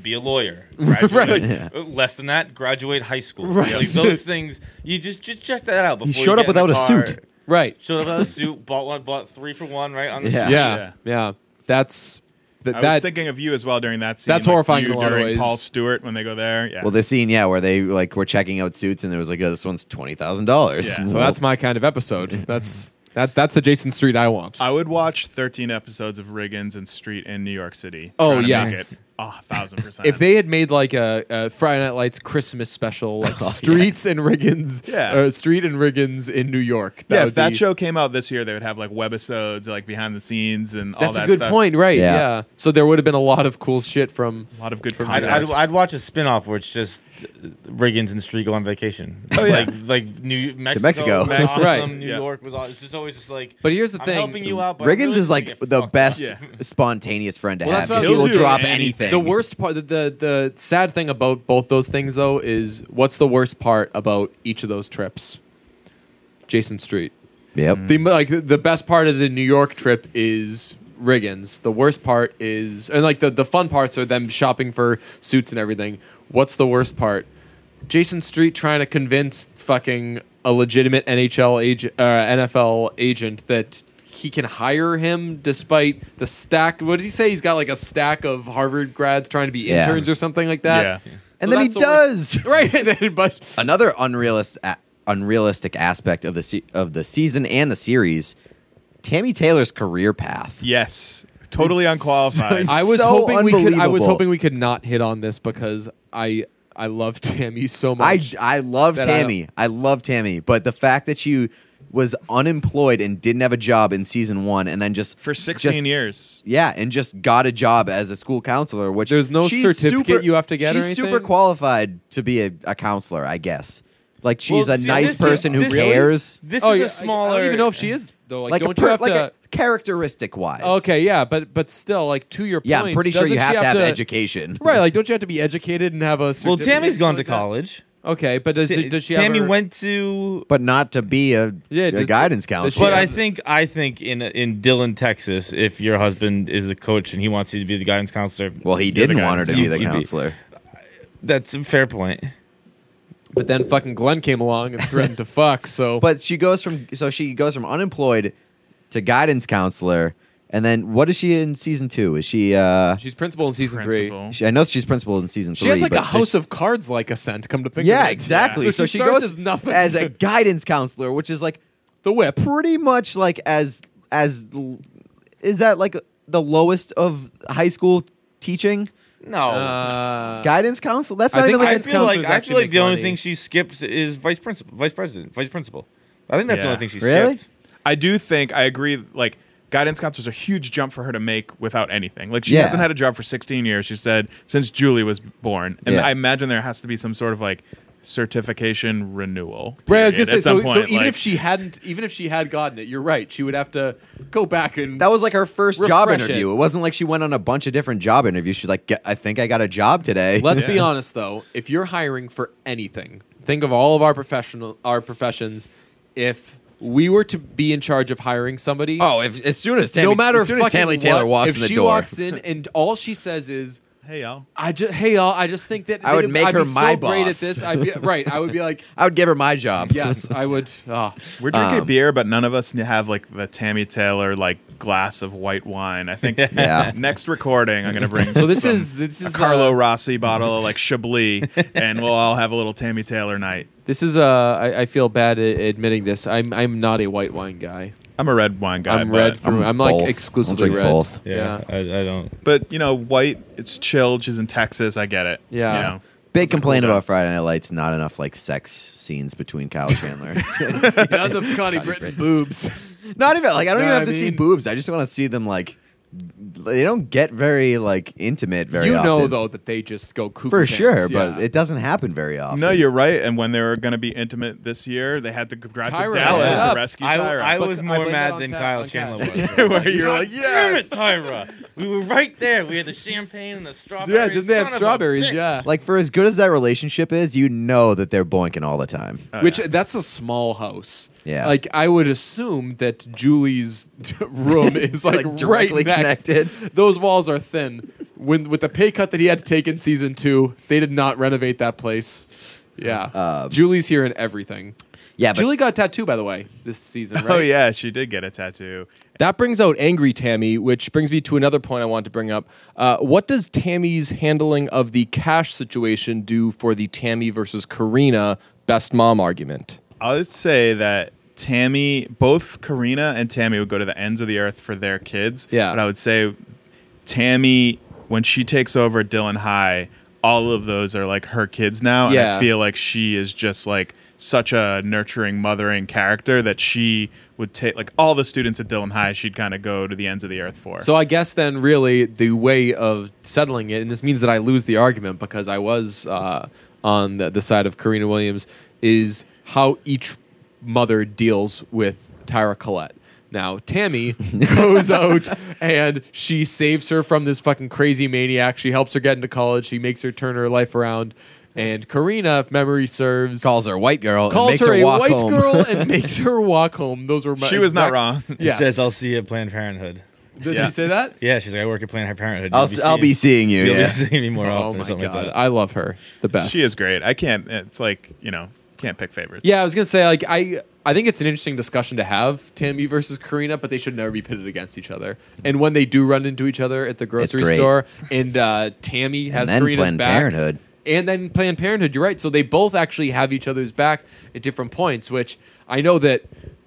D: be a lawyer, graduate,
B: Right.
D: uh, less than that, graduate high school.
B: Right.
D: Like those things, you just just check that out. Before you
A: showed
D: get
A: up
D: in the
A: without a
D: car.
A: suit.
B: right
D: Showed up without a suit. Bought one. Bought three for one. Right on the
A: Yeah.
D: street.
B: yeah, yeah
C: Yeah.
B: that's that
C: I was
B: that
C: thinking of you as well during that scene.
B: That's
C: like,
B: horrifying
C: you
B: in a lot of
C: during
B: ways.
C: Paul Stewart when they go there. Yeah.
A: well, the scene, yeah, where they like were checking out suits, and there was like, "Oh, this one's twenty thousand dollars."
C: Yeah.
B: so that's my kind of episode that's that that's the Jason Street I want
C: I would watch 13 episodes of Riggins and Street in New York City.
B: Oh,
C: Trying to
B: yes.
C: make it a thousand percent.
B: if they had made like a, a Friday Night Lights Christmas special, like Streets and Riggins,
C: Oh, Yeah.
B: uh, Street and Riggins in New York.
C: yeah,
B: would
C: if that
B: be-
C: show came out this year, they would have like webisodes, like behind the scenes, and all
B: that's
C: Oh, that
B: a good
C: stuff.
B: point, right? Yeah.
A: Yeah.
B: So there would have been a lot of cool shit from.
C: A lot of good
D: I'd, I'd,
C: contacts.
D: I'd watch a spin-off where it's just uh, Riggins and Striegel on vacation.
C: Oh, yeah.
D: like like New Mexico,
A: Mexico.
D: was
C: Mexico.
D: awesome,
B: Right.
D: New
C: Yeah.
D: York was awesome. It's just always just like.
B: But here's the
D: I'm
B: thing.
D: helping you out. But I'm
A: Riggins
D: really
A: is
D: gonna
A: like
D: get
A: the
D: fucked
A: best
C: Yeah.
A: spontaneous friend to
B: Well,
A: have
B: that's what I
A: because
B: was
A: he will
B: gonna
A: drop
B: do.
C: Any-
A: anything.
B: The worst part, the, the the sad thing about both those things though is what's the worst part about each of those trips? Jason Street.
A: Yep.
B: The like the best part of the New York trip is Riggins. The worst part is and like the the fun parts are them shopping for suits and everything. What's the worst part? Jason Street trying to convince fucking a legitimate NHL agent, uh, NFL agent that he can hire him despite the stack. What did he say? He's got like a stack of Harvard grads trying to be
A: Yeah.
B: interns or something like that.
C: Yeah.
A: And then he
B: that's the worst-
A: does.
B: right. And then, but
A: Another unrealist, a- unrealistic aspect of the se- of the season and the series, Tammy Taylor's career path.
C: yes, totally
A: It's-
C: unqualified.
B: I was
A: so
B: hoping we could. I was
A: unbelievable.
B: hoping we could not hit on this because I I love Tammy so
A: I
B: much.
A: I love
B: That I-
A: Tammy. I, love Tammy, but the fact that she was unemployed and didn't have a job in season one, and then just
C: for 16
A: just-
C: years.
A: Yeah, and just got a job as a school counselor, which
B: There's no
A: she's
B: certificate
A: super-
B: you have to get or
A: She's super
B: anything?
A: qualified to be a, a counselor, I guess. Like she's
D: Well,
A: a
D: see,
A: nice
D: this is-
A: person who
D: this is-
A: cares,
D: This
B: Oh,
D: is
B: yeah,
D: a smaller.
B: I don't even know if she is though. Like,
A: like
B: don't
A: a
B: you
A: per-
B: have
A: like
B: to?
A: a characteristic wise.
B: okay, yeah, but but still, like to your point.
A: Yeah, I'm pretty sure
B: doesn't
A: you have,
B: she
A: to have education.
B: Right, like don't you have to be educated and have a?
D: Well,
B: certificate
D: Tammy's
B: or
D: gone to
B: something like that?
D: college.
B: Okay, but does,
D: Ta-
B: does she?
D: Tammy
B: ever-
D: went to.
A: but not to be a,
B: Yeah,
A: a
B: does-
A: guidance
B: does she
A: counselor.
D: But I
B: have-
D: think I think in in Dillon, Texas, if your husband is the coach and he wants you to be the guidance counselor,
A: well, he
C: You're the
A: didn't want her to
C: guidance
A: be the
D: counselor.
A: counselor.
D: that's a fair point.
B: But then fucking Glenn came along and threatened to fuck. So
A: But she goes from so she goes from unemployed to guidance counselor, and then what is she in season two? Is she? uh
B: she's principal in season
C: Principal.
B: three.
A: she, I know she's principal in season
B: She
A: three.
B: has like
A: but
B: a house
A: does-
B: of cards like ascent. Come to think of
A: Yeah,
B: it.
A: exactly.
B: So,
A: So,
B: she,
A: she,
B: starts
A: goes
B: as nothing
A: as a guidance counselor, which is like
B: the whip.
A: pretty much like as as l- is that like the lowest of high school teaching Oh.
D: No,
B: Uh,
A: guidance counsel? That's
B: I
A: not even
B: think
A: like
D: I
A: it's
D: feel
A: counselor.
D: like
B: counselors
D: I
B: actually
D: feel like
B: make
D: the only
B: money.
D: thing she skipped is vice principal, vice president, vice principal. I think that's the
C: Yeah.
D: only thing she
A: Really?
D: skipped.
C: I do think I agree. Like guidance counselor's a huge jump for her to make without anything. Like she
A: Yeah.
C: hasn't had a job for 16 years. She said since Julie was born, and
A: Yeah.
C: I imagine there has to be some sort of like certification renewal.
B: Right, I was gonna
C: period
B: say.
C: at some
B: So, so
C: point,
B: even
C: like-
B: if she hadn't, even if she had gotten it, you're right. She would have to go back and
A: That was like her first job
B: Refresh
A: interview.
B: it.
A: It. wasn't like she went on a bunch of different job interviews. She's like, "Get- I think I got a job today.
B: Let's be
C: Yeah.
B: honest though, if you're hiring for anything, think of all of our professional our professions. If we were to be in charge of hiring somebody,
A: oh, if, as soon as Tammy,
B: no matter
A: as soon as
B: fucking
A: Tammy Taylor
B: what,
A: walks
B: if
A: in the
B: she
A: door,
B: walks in and all she says is,
C: hey y'all,
B: "I just hey y'all, I just think that
A: I would
B: that
A: make
B: I'd
A: her
B: be
A: my
B: so great at
A: boss."
B: this." I'd be, right, I would be like,
A: I would give her my job.
B: "Yes, I would." ah.
C: we're drinking
A: Um,
C: beer, but none of us have like the Tammy Taylor like glass of white wine. I think
A: Yeah.
C: next recording I'm gonna bring.
B: So this
C: some-
B: is this
C: a
B: is uh,
C: Carlo Rossi bottle of like Chablis, and we'll all have a little Tammy Taylor night.
B: This is uh, I, I feel bad a- admitting this. I'm I'm not a white wine guy.
C: I'm a red wine guy.
B: I'm
C: but
B: red through. I'm, like
A: both. I'll
B: exclusively
A: drink
B: red.
A: both.
B: Yeah.
D: Yeah, I, I don't.
C: But you know, white. It's chilled. She's in Texas. I get it.
B: Yeah.
C: You know?
A: Big complaint
C: Cool down.
A: about Friday Night Lights, not enough like sex scenes between Kyle Chandler.
B: None of Connie Britton boobs.
A: not even like I don't
B: Know
A: even
B: what
A: have
B: I
A: to see
B: mean?
A: boobs. I just want to see them like they don't get very like intimate very
B: you
A: often.
B: know though that they just go cuckoo
A: For
B: pants,
A: sure, but
B: yeah.
A: it doesn't happen very often.
C: No, you're right. And when they were going to be intimate this year, they had to go drive
B: Tyra,
C: to Dallas
B: yeah.
C: to rescue
D: I,
C: Tyra.
D: I
B: But
D: was
B: I
D: more
B: blame it
D: mad
B: on
D: than
B: Ta-
D: Kyle
B: on
D: Chandler
B: Kyle.
D: was.
C: Where you're like,
D: Damn it,
C: yes.
D: Tyra. We were right there. We had the champagne and the strawberries.
B: yeah, does they have
D: Son of a
B: strawberries?
D: bitch.
B: Yeah.
A: like for as good as that relationship is, you know that they're boinking all the time.
C: Oh,
B: Which
C: yeah.
B: that's a small house.
A: Uh, Yeah.
B: Like I would assume that Julie's room is like,
A: Like, directly
B: right next.
A: connected.
B: Those walls are thin. When with the pay cut that he had to take in season two, they did not renovate that place. Yeah.
A: Um,
B: Julie's here in everything.
A: Yeah, but
B: Julie got tattooed by the way this season, right?
C: Oh yeah, she did get a tattoo.
B: That brings out angry Tammy, which brings me to another point I want to bring up. Uh, what does Tammy's handling of the cash situation do for the Tammy versus Karina best mom argument?
C: I would say that Tammy, both Karina and Tammy would go to the ends of the earth for their kids.
B: Yeah.
C: But I would say Tammy, when she takes over Dylan High, all of those are like her kids now. And
B: Yeah.
C: I feel like she is just like such a nurturing, mothering character that she would take, like all the students at Dylan High, she'd kind of go to the ends of the earth for.
B: So I guess then, really, the way of settling it, and this means that I lose the argument because I was uh, on the, the side of Karina Williams, is how each mother deals with Tyra Collette. Now, Tammy goes out and she saves her from this fucking crazy maniac. She helps her get into college. She makes her turn her life around. And Karina, if memory serves,
A: calls her a white girl,
B: calls
A: and makes
B: her,
A: her,
B: a
A: walk
B: white
A: home.
B: girl and makes her walk home. Those were my
C: she was not
B: exact-
C: wrong.
D: It
B: Yes.
D: says I'll see you at Planned Parenthood.
B: Did
C: Yeah.
B: she say that?
D: Yeah, she's like, I work at Planned Parenthood.
A: I'll,
D: You'll
A: s- I'll be seeing
D: seeing-
A: you.
D: You'll
A: Yeah.
D: be seeing me more
B: Oh
D: often or
B: my
D: something
B: god,
D: like that.
B: I love her the best.
C: she is great. I can't, it's like, you know, can't pick favorites.
B: Yeah, I was gonna say like I I think it's an interesting discussion to have Tammy versus Karina, but they should never be pitted against each other. And when they do run into each other at the grocery
A: great.
B: store, and uh, Tammy has
A: then
B: Karina's
A: Planned
B: back,
A: Parenthood.
B: and then Planned Parenthood. You're right. So they both actually have each other's back at different points. Which I know that.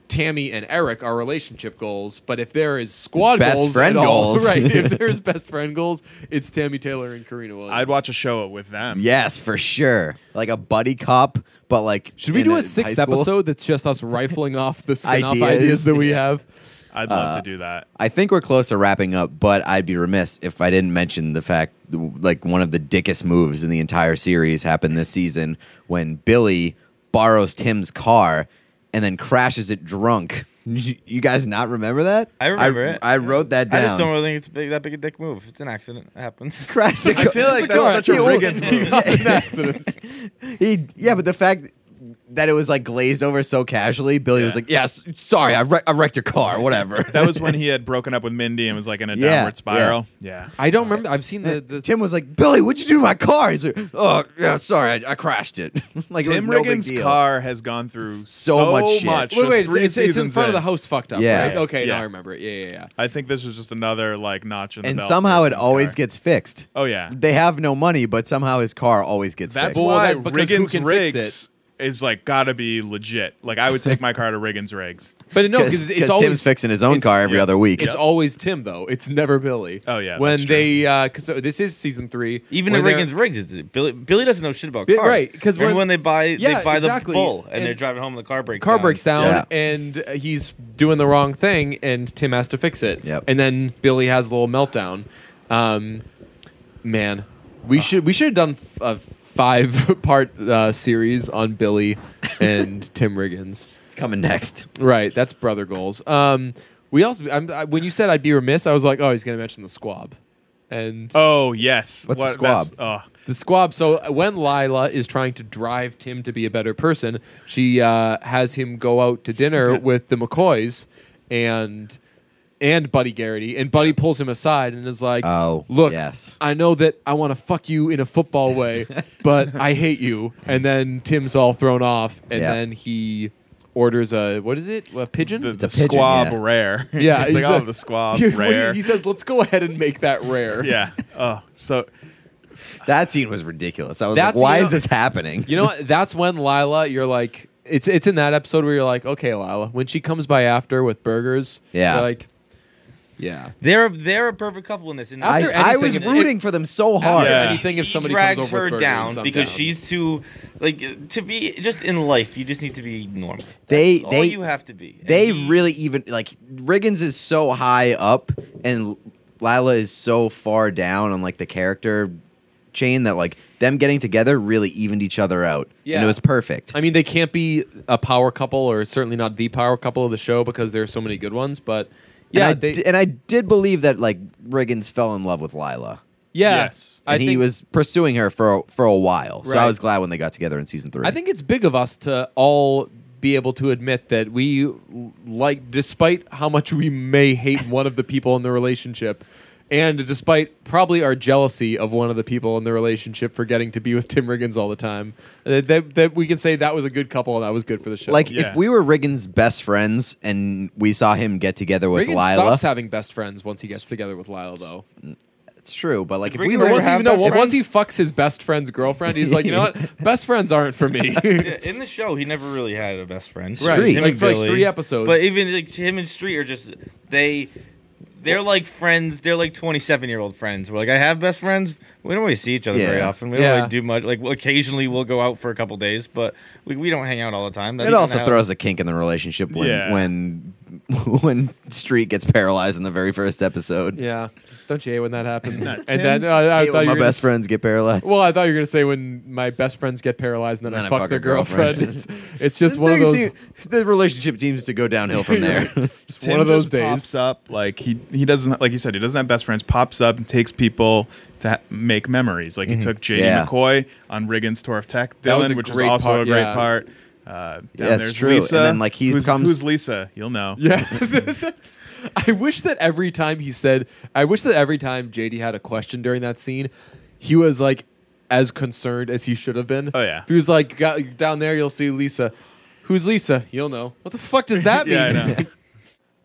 B: Tammy and Eric are relationship goals, but if there is squad
A: Best
B: goals,
A: friend
B: at all,
A: goals.
B: right? If there is best friend goals, it's Tammy Taylor and Karina Williams.
C: I'd watch a show with them.
A: Yes, for sure. Like a buddy cop, but like
B: Should we
A: in
B: do
A: high
B: a sixth
A: school.
B: episode that's just us rifling off the spin-off ideas,
A: Ideas.
B: that we have?
C: I'd love
B: Uh,
C: to do that.
A: I think we're close to wrapping up, but I'd be remiss if I didn't mention the fact like one of the dickest moves in the entire series happened this season when Billy borrows Tim's car and then crashes it drunk. You you guys not remember that?
D: I remember it.
A: I wrote that down.
D: I just don't really think it's big, that big a dick move. It's an accident. It happens.
A: Crashed the
C: I
A: car-
C: feel like
A: the car.
C: that's such a
A: He owned-
C: Riggins move.
B: An accident.
A: He yeah, but the fact that it was like glazed over so casually, Billy was
C: Yeah.
A: like, "Yes, sorry, I, wreck I wrecked your car, whatever."
C: That was when he had broken up with Mindy and was like in a
A: Yeah,
C: downward spiral. Yeah.
B: I don't remember. I've seen the, the
A: Tim was like, "Billy, what'd you do to my car?" He's like, "Oh yeah, sorry, I, I crashed it." like it was
C: Tim
A: no big
C: Riggins'
A: deal.
C: car has gone through so,
A: So much
C: much.
A: shit.
B: wait,
C: just
B: wait, it's,
C: three
B: it's, it's in
C: seasons
B: front of the house fucked up.
A: Yeah.
B: right? Okay, now
C: Yeah.
B: I remember it. Yeah, yeah, yeah.
C: I think this is just another like notch in the
A: and
C: belt
A: somehow
C: for
A: it
C: Riggins'
A: always
C: car.
A: gets fixed.
C: Oh yeah,
A: They have no money, but somehow his car always gets
C: that's
A: fixed.
B: Well,
C: why
B: that- because who
C: Riggins
B: can fix
C: Riggs is like gotta be legit. Like I would take my car to Riggins Riggs.
B: But no, because it's always
A: Tim's fixing his own
B: it's-
A: car every
C: yeah.
A: other week.
B: It's
C: Yep.
B: always Tim though. It's never Billy.
C: Oh, yeah,
B: When
C: that's true.
B: they because this is season three.
D: Even
B: when
D: in
B: they're-
D: Reagan's rigs, it's, Billy, Billy doesn't know shit about
B: Bi-
D: cars.
B: right, 'cause
D: Remember
B: when-
D: when, they buy
B: Yeah,
D: they buy
B: exactly.
D: the bull and,
B: And-
D: they're driving home and the car breaks
B: car
D: down.
B: breaks down
A: Yeah.
B: and uh, he's doing the wrong thing and tim has to fix it
A: Yep.
B: and then billy has a little meltdown um, man we
A: Ah.
B: should we should have done f- a five part uh, series on billy and tim riggins
A: it's coming next.
B: right that's brother goals um, we also I'm, I, when you said i'd be remiss i was like oh he's going to mention the squab and
C: Oh yes,
A: What's the
C: that's-
A: squab?
C: Oh,
B: the squab. So uh, when Lila is trying to drive Tim to be a better person, she uh, has him go out to dinner with the McCoys and and Buddy Garrity, and Buddy pulls him aside and is like,
A: Oh,
B: look,
A: yes.
B: I know that I want to fuck you in a football way, but I hate you." And then Tim's all thrown off, and
A: Yeah.
B: then he orders a what is it? A pigeon?
C: the, the
A: pigeon,
C: squab
A: yeah.
C: rare.
B: yeah,
C: it's like
B: he's
C: oh
B: like-
C: the squab
B: What do you-
C: rare.
B: He says, "Let's go ahead and make that rare."
C: yeah. Oh, so
A: that scene was ridiculous. I was
B: That's-
A: like, why
B: you know-
A: is this happening?
B: You know, what? that's when Lila, you're like, it's it's in that episode where you're like, okay, Lila, when she comes by after with burgers,
A: Yeah.
B: you're like, yeah.
D: They're they're a perfect couple in this. And
A: I,
B: After
A: I
B: anything,
A: was
B: it's-
A: rooting for them so hard.
B: After
C: Yeah.
B: anything, if
D: he
B: somebody
D: drags
B: comes over
D: her
B: with burgers,
D: down
B: I'm
D: because
B: down.
D: she's too like to be just in life. You just need to be normal.
A: They-
D: That's all
A: they-
D: you have to be. And
A: They
D: he-
A: really even like Riggins is so high up and Lila is so far down on like the character chain that like them getting together really evened each other out. And
B: Yeah.
A: it was perfect.
B: I mean, they can't be a power couple, or certainly not the power couple of the show because there are so many good ones. But
A: and
B: yeah,
A: I,
B: they,
A: di- and I did believe that like Riggins fell in love with Lila.
B: yeah,
C: Yes.
B: I
A: And he
B: think,
A: was pursuing her for a, for a while. So
B: Right.
A: I was glad when they got together in season three.
B: I think it's big of us to all be able to admit that we l- like, despite how much we may hate one of the people in the relationship, and despite probably our jealousy of one of the people in the relationship for getting to be with Tim Riggins all the time, that, that, that we can say that was a good couple and that was good for the show.
A: like
C: Yeah.
A: if we were Riggins' best friends and we saw him get together with
B: Riggins
A: Lila,
B: stops having best friends once he gets together with Lila, though.
A: it's true. But like if
D: Riggins
A: we
D: ever
A: were
B: Or once he,
D: have
B: no,
D: best
B: once
D: friends?
B: he fucks his best friend's girlfriend, he's like, you know what? Best friends aren't for me.
D: Yeah, in the show, he never really had a best friend.
B: Right,
A: Street.
D: Him
B: like-
D: and
B: like
D: Billy.
B: three episodes.
D: But even like him and Street are just they. They're like friends. They're like twenty-seven-year-old friends. We're like, I have best friends. We don't really see each other very
A: Yeah.
D: often. We
B: Yeah.
D: don't really do much. Like, occasionally we'll go out for a couple days, but we, we don't hang out all the time. That's
A: It also
D: kinda how-
A: throws a kink in the relationship when
C: Yeah.
A: when when Street gets paralyzed in the very first episode.
B: yeah, don't you hate when that happens?
C: Not
B: and
C: Tim.
B: then uh, I, I
A: Hate
B: thought
A: when
B: you
A: my
B: were gonna
A: best friends get paralyzed.
B: Well, I thought you were gonna say when my best friends get paralyzed and then, I, fuck, their girlfriend. it's, it's just one of
A: Things
B: those.
A: seem- the relationship seems to go downhill from there.
B: Just
C: Tim
B: one of those
C: just
B: days.
C: pops up like he he doesn't like you said he doesn't have best friends. Pops up and takes people to ha- make memories. Like he took J.D.
A: Yeah.
C: McCoy on Riggins Tour of Tech
B: Mm-hmm. That was
C: Dylan,
B: a
C: which is
B: great
C: also
B: part,
C: a great
B: yeah.
C: part. Uh, down
A: Yeah, it's
C: there's
A: true.
C: Lisa,
A: And then, like, he
C: who's,
A: becomes-
C: who's Lisa? You'll know.
B: Yeah, that's- I wish that every time he said, I wish that every time JD had a question during that scene, he was like as concerned as he should have been.
C: Oh, yeah.
B: If he was like "Got- down there, you'll see Lisa. Who's Lisa? You'll know. What the fuck does that mean?
C: Yeah, I know.
A: All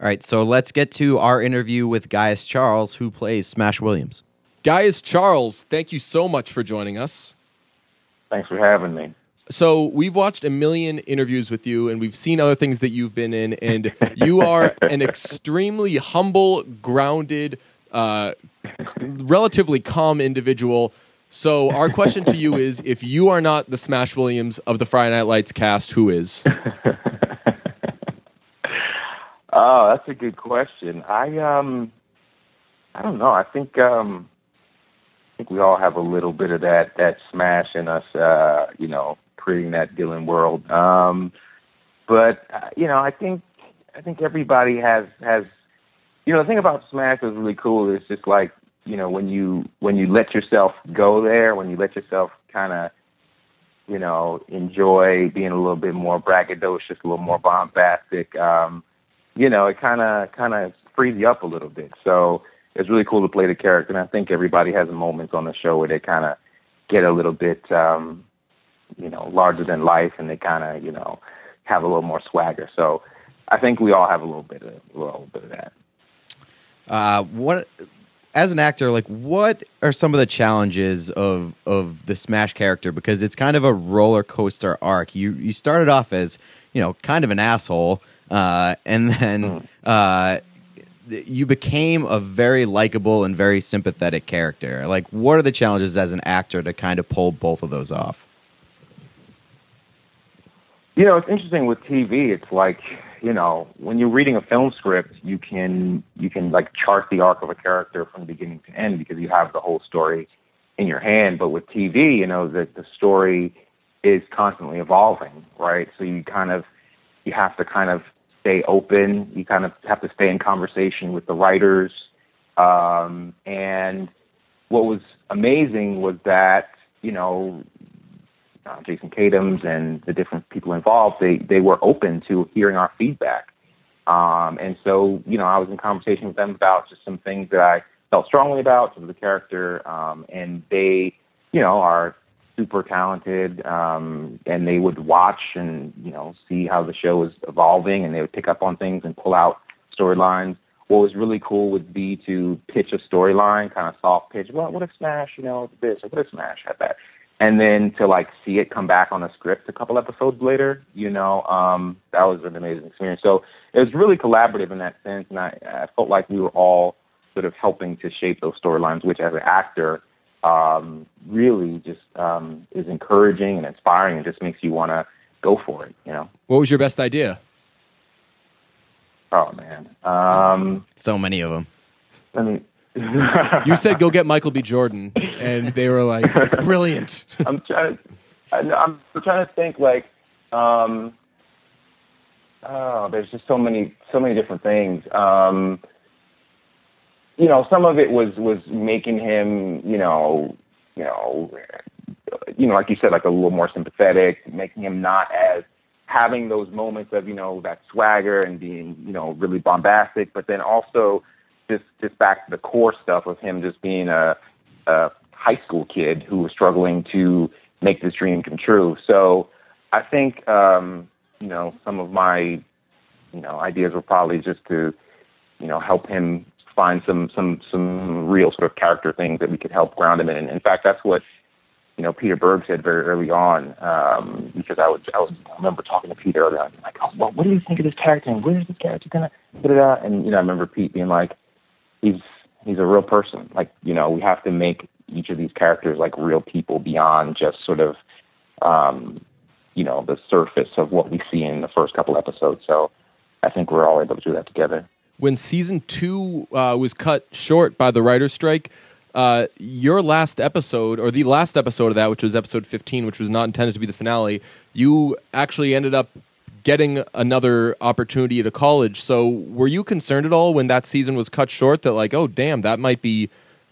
A: right, so let's get to our interview with Gaius Charles, who plays Smash Williams.
B: Gaius Charles, thank you so much for joining us.
E: Thanks for having me.
B: So we've watched a million interviews with you, and we've seen other things that you've been in, and you are an extremely humble, grounded, uh, relatively calm individual. So our question to you is: If you are not the Smash Williams of the Friday Night Lights cast, who is?
E: Oh, that's a good question. I um, I don't know. I think um, I think we all have a little bit of that that smash in us. Uh, you know, creating that Dylan world. Um, but uh, you know, I think I think everybody has has. You know, the thing about Smash that's really cool is just like you know when you when you let yourself go there, when you let yourself kind of you know enjoy being a little bit more braggadocious, a little more bombastic. Um, you know, it kind of kind of frees you up a little bit. So it's really cool to play the character, and I think everybody has moments on the show where they kind of get a little bit, um, you know, larger than life, and they kind of you know have a little more swagger. So I think we all have a little bit of a little bit of that.
A: Uh, what, as an actor, like what are some of the challenges of of the Smash character? Because it's kind of a roller coaster arc. You you started off as you know kind of an asshole, uh, and then uh, th- you became a very likable and very sympathetic character. Like, what are the challenges as an actor to kind of pull both of those off?
E: You know, it's interesting with TV. It's like you know, when you're reading a film script, you can you can like chart the arc of a character from beginning to end because you have the whole story in your hand. But with TV, you know, the the story is constantly evolving, right? So you kind of you have to kind of stay open. You kind of have to stay in conversation with the writers. Um, and what was amazing was that you know uh, Jason Kadams and the different people involved, they they were open to hearing our feedback. Um, and so, you know, I was in conversation with them about just some things that I felt strongly about for the character, um, and they, you know, are super talented, um, and they would watch and you know see how the show is evolving, and they would pick up on things and pull out storylines. what was really cool would be to pitch a storyline, kind of soft pitch. Well, what if Smash, you know, this or what if Smash had that, and then to like see it come back on a script a couple episodes later, you know, um, that was an amazing experience. So it was really collaborative in that sense, and I, I felt like we were all sort of helping to shape those storylines, which as an actor um, really just um, is encouraging and inspiring, and just makes you want to go for it, you know.
B: What was your best idea?
E: Oh man, um,
A: So many of them.
E: I mean,
B: You said go get Michael B. Jordan, and they were like, brilliant.
E: I'm trying to, I, know- I'm trying to think like, um, oh, there's just so many, so many different things. Um, you know, some of it was was making him, you know, you know, you know, like you said, like a little more sympathetic, making him not as having those moments of you know that swagger and being you know really bombastic, but then also just just back to the core stuff of him just being a, a high school kid who was struggling to make this dream come true. So I think um, you know some of my you know ideas were probably just to you know help him find some some some real sort of character things that we could help ground him in. And in fact, that's what you know Peter Berg said very early on um, because I would I was I remember talking to Peter early on like oh well what do you think of this character and where is this character gonna put it out and you know I remember Pete being like he's he's a real person like you know we have to make each of these characters like real people beyond just sort of um, you know the surface of what we see in the first couple episodes so I think we're all able to do that together.
B: when season two uh, was cut short by the writer's strike, uh, your last episode, or the last episode of that, which was episode 15, which was not intended to be the finale, you actually ended up getting another opportunity at a college. So were you concerned at all when that season was cut short that, like, oh, damn, that might be.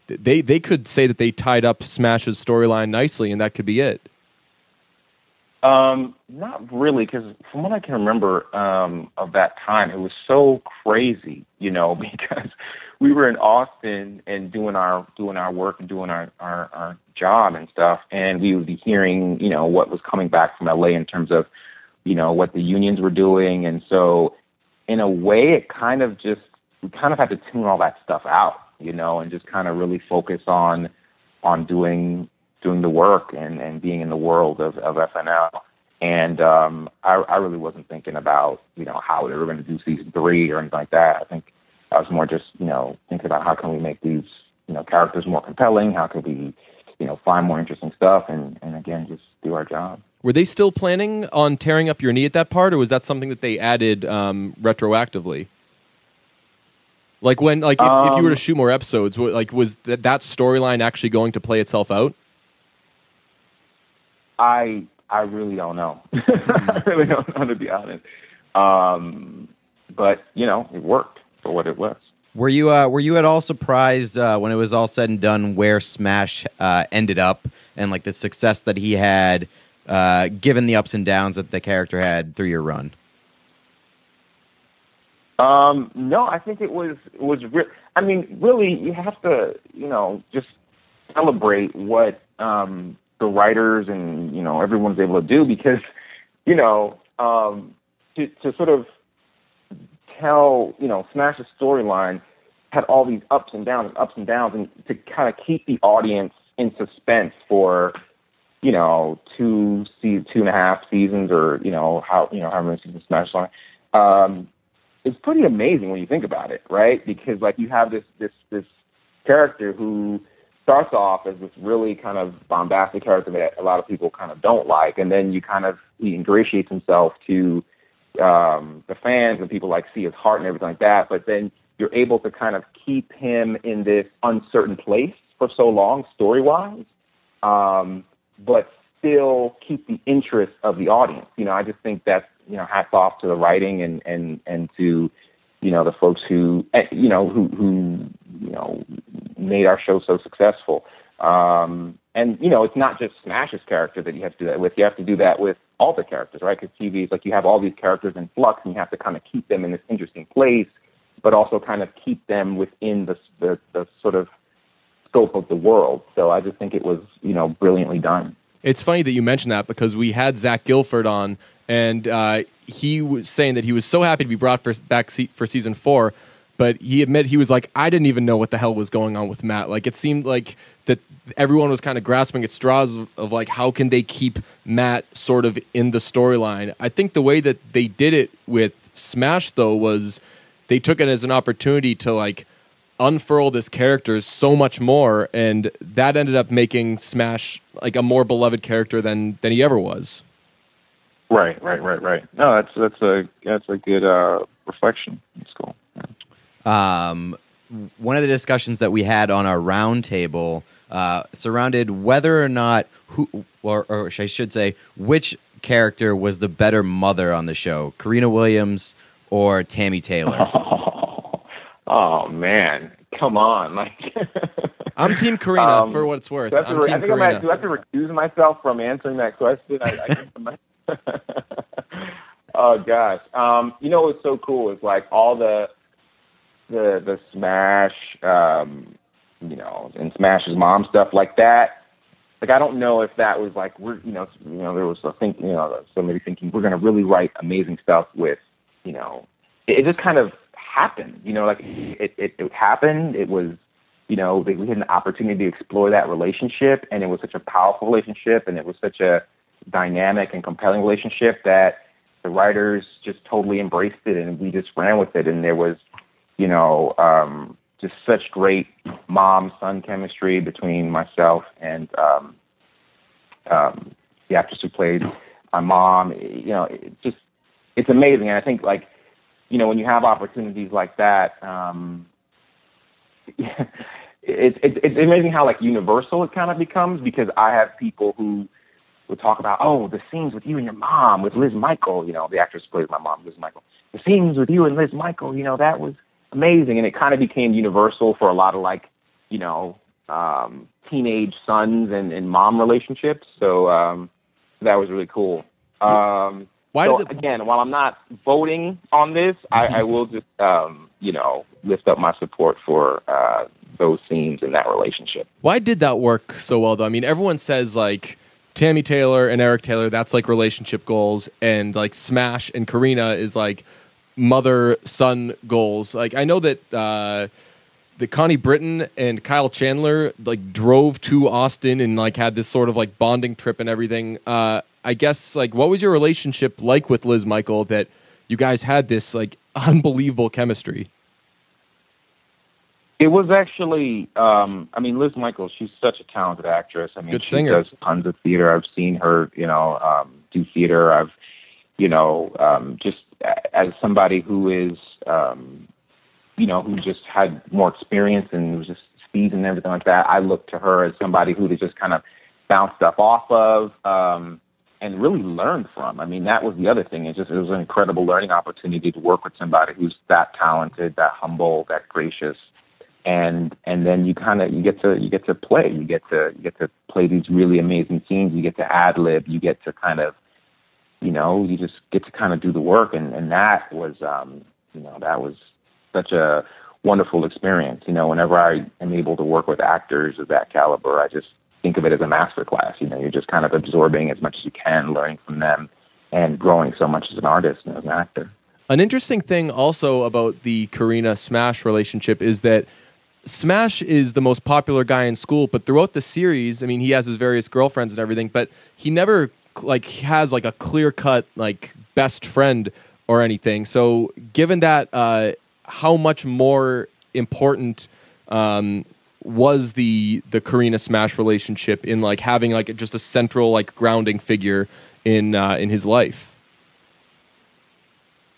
B: They, they could say that they tied up Smash's storyline nicely, and that could be it.
E: Um, not really, because from what I can remember um, of that time, it was so crazy, you know, because we were in Austin and doing our doing our work and doing our, our our job and stuff, and we would be hearing, you know, what was coming back from LA in terms of, you know, what the unions were doing, and so in a way, it kind of just we kind of had to tune all that stuff out, you know, and just kind of really focus on on doing doing the work and, and being in the world of, of FNL. And um, I, I really wasn't thinking about you know how they were going to do season three or anything like that. I think I was more just you know thinking about how can we make these you know characters more compelling, how can we you know find more interesting stuff, and and again just do our job.
B: Were they still planning on tearing up your knee at that part, or was that something that they added um, retroactively? Like when, like if, if you were to
E: Um,
B: shoot more episodes, wa- like was th- that storyline actually going to play itself out?
E: I I really don't know. I really don't know to be honest. Um, but you know it worked for what it was.
A: Were you uh, were you at all surprised uh, when it was all said and done where Smash uh, ended up and like the success that he had, uh, given the ups and downs that the character had through your run?
E: Um, no, I think it was it was. Re- I mean, really, you have to you know just celebrate what um, the writers and you know everyone's able to do because you know um, to to sort of tell you know Smash's storyline had all these ups and downs and ups and downs and to kind of keep the audience in suspense for you know two se- two and a half seasons or you know how you know however many seasons Smash line. Um, it's pretty amazing when you think about it, right? Because like you have this this this character who starts off as this really kind of bombastic character that a lot of people kind of don't like, and then you kind of he ingratiates himself to um, the fans and people like see his heart and everything like that. But then you're able to kind of keep him in this uncertain place for so long, story wise, um, but still keep the interest of the audience. You know, I just think that's you know hats off to the writing and and and to you know the folks who eh, you know who who you know made our show so successful. Um, and you know, it's not just Smash's character that you have to do that with. You have to do that with all the characters, right? Because TV is like you have all these characters in flux, and you have to kind of keep them in this interesting place, but also kind of keep them within the the, the sort of scope of the world. So I just think it was, you know, brilliantly done.
B: It's funny that you mentioned that because we had Zach Guilford on, and uh, he was saying that he was so happy to be brought for, back se- for season four. but he admitted he was like, I didn't even know what the hell was going on with Matt. Like it seemed like that everyone was kind of grasping at straws of, of like how can they keep Matt sort of in the storyline. I think the way that they did it with Smash though was they took it as an opportunity to like unfurl this character so much more and that ended up making Smash like a more beloved character than than he ever was.
E: Right, right, right, right. No, that's that's a that's a good uh, reflection. That's cool.
A: um, one of the discussions that we had on our roundtable uh, surrounded whether or not who, or, or I should say, which character was the better mother on the show, Karina Williams or Tammy Taylor.
E: Oh, oh man, come on! Like
B: I'm Team Karina
E: Um,
B: for what it's worth.
E: do I, have to
B: I'm
E: re- I
B: Team
E: think I might do I
B: Karina.
E: have to recuse myself from answering that question. I, I think I might- oh gosh, um, you know what's so cool is like all the the the Smash, um, you know, and Smash's mom stuff like that. Like I don't know if that was like we're you know you know there was a think you know somebody thinking we're gonna really write amazing stuff with you know it, it just kind of happened you know like it it, it happened it was you know, that we had an opportunity to explore that relationship, and it was such a powerful relationship, and it was such a dynamic and compelling relationship that the writers just totally embraced it, and we just ran with it, and there was, you know, um, just such great mom-son chemistry between myself and um, um, the actress who played my mom. You know, it just it's amazing, and I think like, you know, when you have opportunities like that. Um, it, it, it's amazing how like universal it kind of becomes because I have people who would talk about oh the scenes with you and your mom with Liz Michael you know the actress who plays my mom Liz Michael the scenes with you and Liz Michael you know that was amazing and it kind of became universal for a lot of like you know um, teenage sons and, and mom relationships so um, that was really cool. Um,
B: Why
E: so
B: did the,
E: again, while I'm not voting on this, I, I will just um, you know lift up my support for uh, those scenes in that relationship.
B: Why did that work so well though? I mean, everyone says like Tammy Taylor and Eric Taylor, that's like relationship goals, and like Smash and Karina is like mother son goals. Like I know that uh that Connie Britton and Kyle Chandler like drove to Austin and like had this sort of like bonding trip and everything. Uh I guess like what was your relationship like with Liz Michael that you guys had this like unbelievable chemistry?
E: It was actually, um, I mean, Liz Michaels. She's such a talented actress. I mean,
B: Good
E: she
B: singer.
E: does tons of theater. I've seen her, you know, um, do theater. I've, you know, um, just a- as somebody who is, um, you know, who just had more experience and was just speeds and everything like that. I look to her as somebody who to just kind of bounce stuff off of um, and really learn from. I mean, that was the other thing. It just it was an incredible learning opportunity to work with somebody who's that talented, that humble, that gracious, and and then you kind of you get to you get to play. You get to you get to play these really amazing scenes. You get to ad lib. You get to kind of you know you just get to kind of do the work and and that was um you know that was such a wonderful experience you know whenever i am able to work with actors of that caliber i just think of it as a master class you know you're just kind of absorbing as much as you can learning from them and growing so much as an artist and as an actor
B: An interesting thing also about the Karina Smash relationship is that Smash is the most popular guy in school, but throughout the series, I mean, he has his various girlfriends and everything, but he never like has like a clear cut like best friend or anything. So, given that, uh, how much more important um, was the the Karina Smash relationship in like having like just a central like grounding figure in uh, in his life?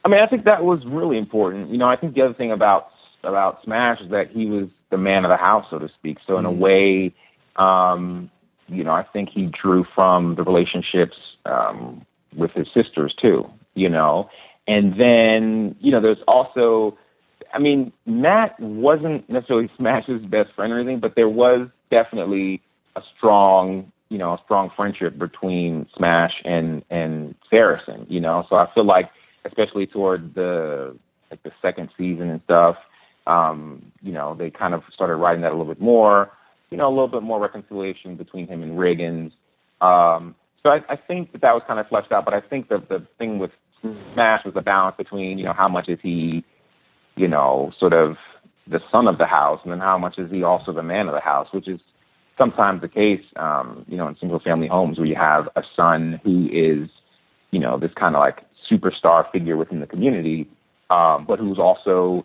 E: I mean, I think that was really important. You know, I think the other thing about about Smash is that he was the man of the house, so to speak. So in a way, um, you know, I think he drew from the relationships um, with his sisters too. You know, and then you know, there's also, I mean, Matt wasn't necessarily Smash's best friend or anything, but there was definitely a strong, you know, a strong friendship between Smash and and Saracen. You know, so I feel like especially toward the like the second season and stuff. Um, you know, they kind of started writing that a little bit more. You know, a little bit more reconciliation between him and Riggins. Um, so I, I think that that was kind of fleshed out. But I think the the thing with Smash was the balance between you know how much is he you know, sort of the son of the house, and then how much is he also the man of the house, which is sometimes the case, um, you know, in single family homes where you have a son who is, you know, this kind of like superstar figure within the community, um, but who's also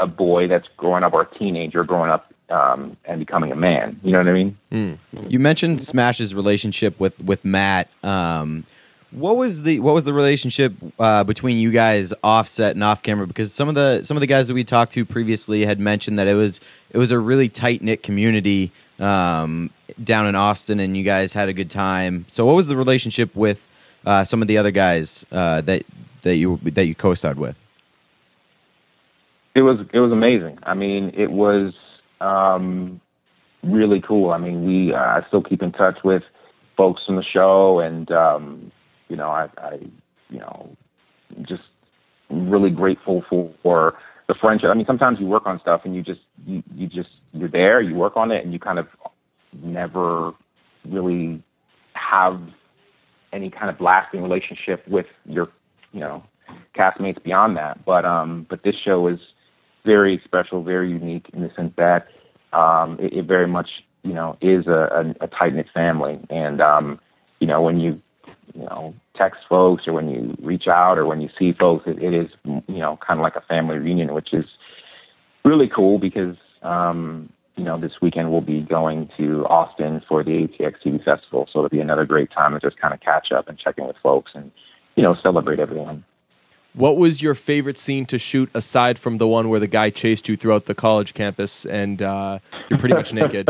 E: a boy that's growing up or a teenager growing up um, and becoming a man. You know what I mean?
A: You mentioned Smash's relationship with with Matt. Um, what was the what was the relationship uh, between you guys offset and off camera? Because some of the some of the guys that we talked to previously had mentioned that it was it was a really tight knit community um, down in Austin, and you guys had a good time. So, what was the relationship with uh, some of the other guys uh, that that you that you co starred with?
E: it was it was amazing. I mean, it was um, really cool. I mean, we uh, I still keep in touch with folks from the show, and um, you know, I, I you know just really grateful for, for the friendship. I mean, sometimes you work on stuff and you just you, you just you're there, you work on it, and you kind of never really have any kind of lasting relationship with your you know castmates beyond that. But um, but this show is very special, very unique in the sense that um, it, it very much you know is a, a, a tight knit family, and um, you know when you you know text folks or when you reach out or when you see folks, it, it is you know kind of like a family reunion, which is really cool because um, you know this weekend we'll be going to Austin for the ATX TV Festival, so it'll be another great time to just kind of catch up and check in with folks and you know celebrate everyone.
F: What was your favorite scene to shoot aside from the one where the guy chased you throughout the college campus and uh, you're pretty much naked?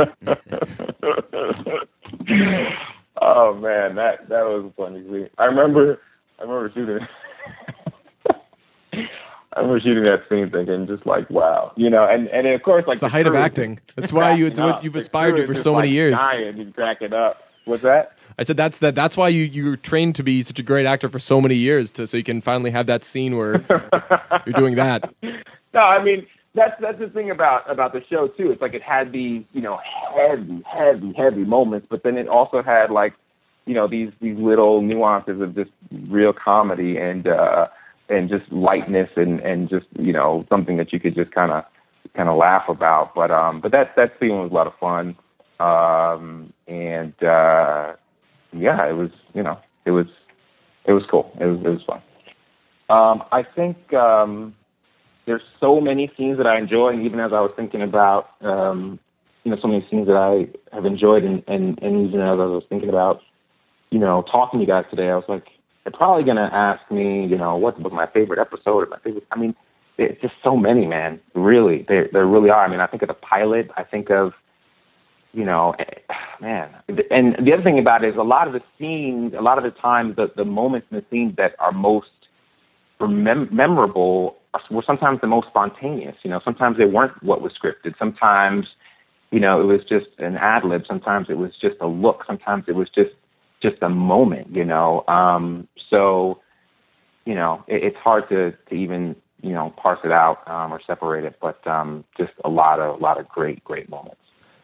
E: Oh man, that that was a funny scene. I remember, I remember shooting. I remember shooting that scene, thinking just like, wow, you know, and and of course, like
F: It's the height of
E: crew is
F: acting. That's why you, it's
E: cracking
F: what
E: up.
F: you've
E: The
F: aspired
E: crew
F: to
E: is
F: for
E: just,
F: so many
E: like,
F: years.
E: Dying and cracking up. What's that?
F: I said that's that. That's why you you were trained to be such a great actor for so many years, to so you can finally have that scene where you're doing that.
E: No, I mean that's that's the thing about about the show too. It's like it had these you know heavy, heavy, heavy moments, but then it also had like you know these these little nuances of just real comedy and uh and just lightness and and just you know something that you could just kind of kind of laugh about. But um, but that that scene was a lot of fun. Um, and uh, yeah, it was you know it was it was cool. It was it was fun. Um, I think. Um, there's so many scenes that I enjoy, and even as I was thinking about, um, you know, so many scenes that I have enjoyed, and, and, and even as I was thinking about, you know, talking to you guys today, I was like, they're probably going to ask me, you know, what was my favorite episode or my favorite. I mean, it's just so many, man. Really, there there really are. I mean, I think of the pilot. I think of, you know, eh, man. And the other thing about it is a lot of the scenes, a lot of the times, the the moments in the scenes that are most remem- memorable were sometimes the most spontaneous. You know, sometimes they weren't what was scripted. Sometimes, you know, it was just an ad lib. Sometimes it was just a look. Sometimes it was just just a moment. You know, um, so you know it, it's hard to to even you know parse it out um, or separate it. But um, just a lot of a lot of great great moments.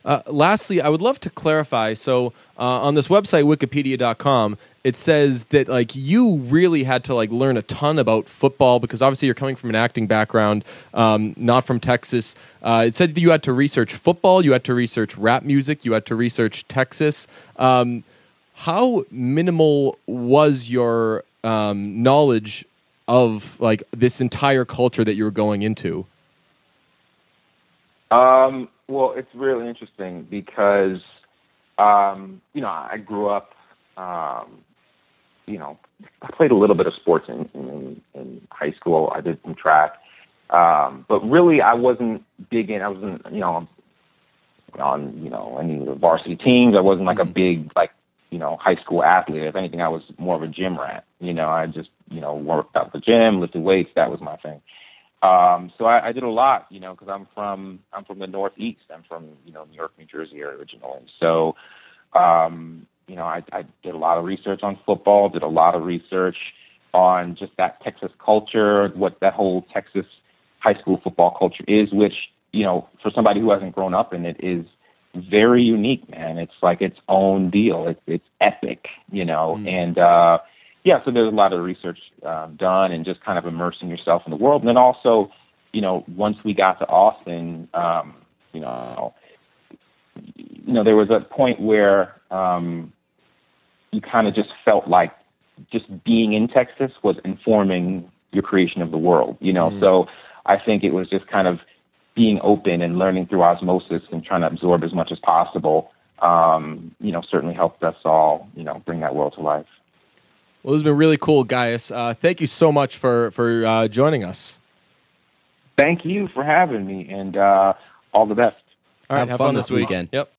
F: Uh, lastly, I would love to clarify. So uh, on this website, Wikipedia.com, it says that like you really had to like learn a ton about football because obviously you're coming from an acting background, um, not from Texas. Uh, it said that you had to research football, you had to research rap music, you had to research Texas. Um, how minimal was your um, knowledge of like this entire culture that you were going into?
E: Um, well, it's really interesting because, um, you know, I grew up, um, you know, I played a little bit of sports in, in, in high school. I did some track. Um, but really, I wasn't big in, I wasn't, you know, on, you know, any of the varsity teams. I wasn't like a big, like, you know, high school athlete. If anything, I was more of a gym rat. You know, I just, you know, worked out the gym, lifted weights. That was my thing. Um, so I, I did a lot, you know, because I'm from I'm from the Northeast. I'm from you know New York, New Jersey originally. So, um, you know, I, I did a lot of research on football. Did a lot of research on just that Texas culture, what that whole Texas high school football culture is, which you know, for somebody who hasn't grown up in it, is very unique, man. It's like its own deal. It's it's epic, you know, and. uh yeah, so there's a lot of research um, done and just kind of immersing yourself in the world. And then also, you know, once we got to Austin, um, you know, you know, there was a point where um, you kind of just felt like just being in Texas was informing your creation of the world, you know. So I think it was just kind of being open and learning through osmosis and trying to absorb as much as possible. Um, you know, certainly helped us all, you know, bring that world to life.
F: Well, this has been really cool, Gaius. Uh, thank you so much for for uh, joining us.
E: Thank you for having me, and uh, all the best.
F: All right,
A: Have fun this weekend.
F: Yep.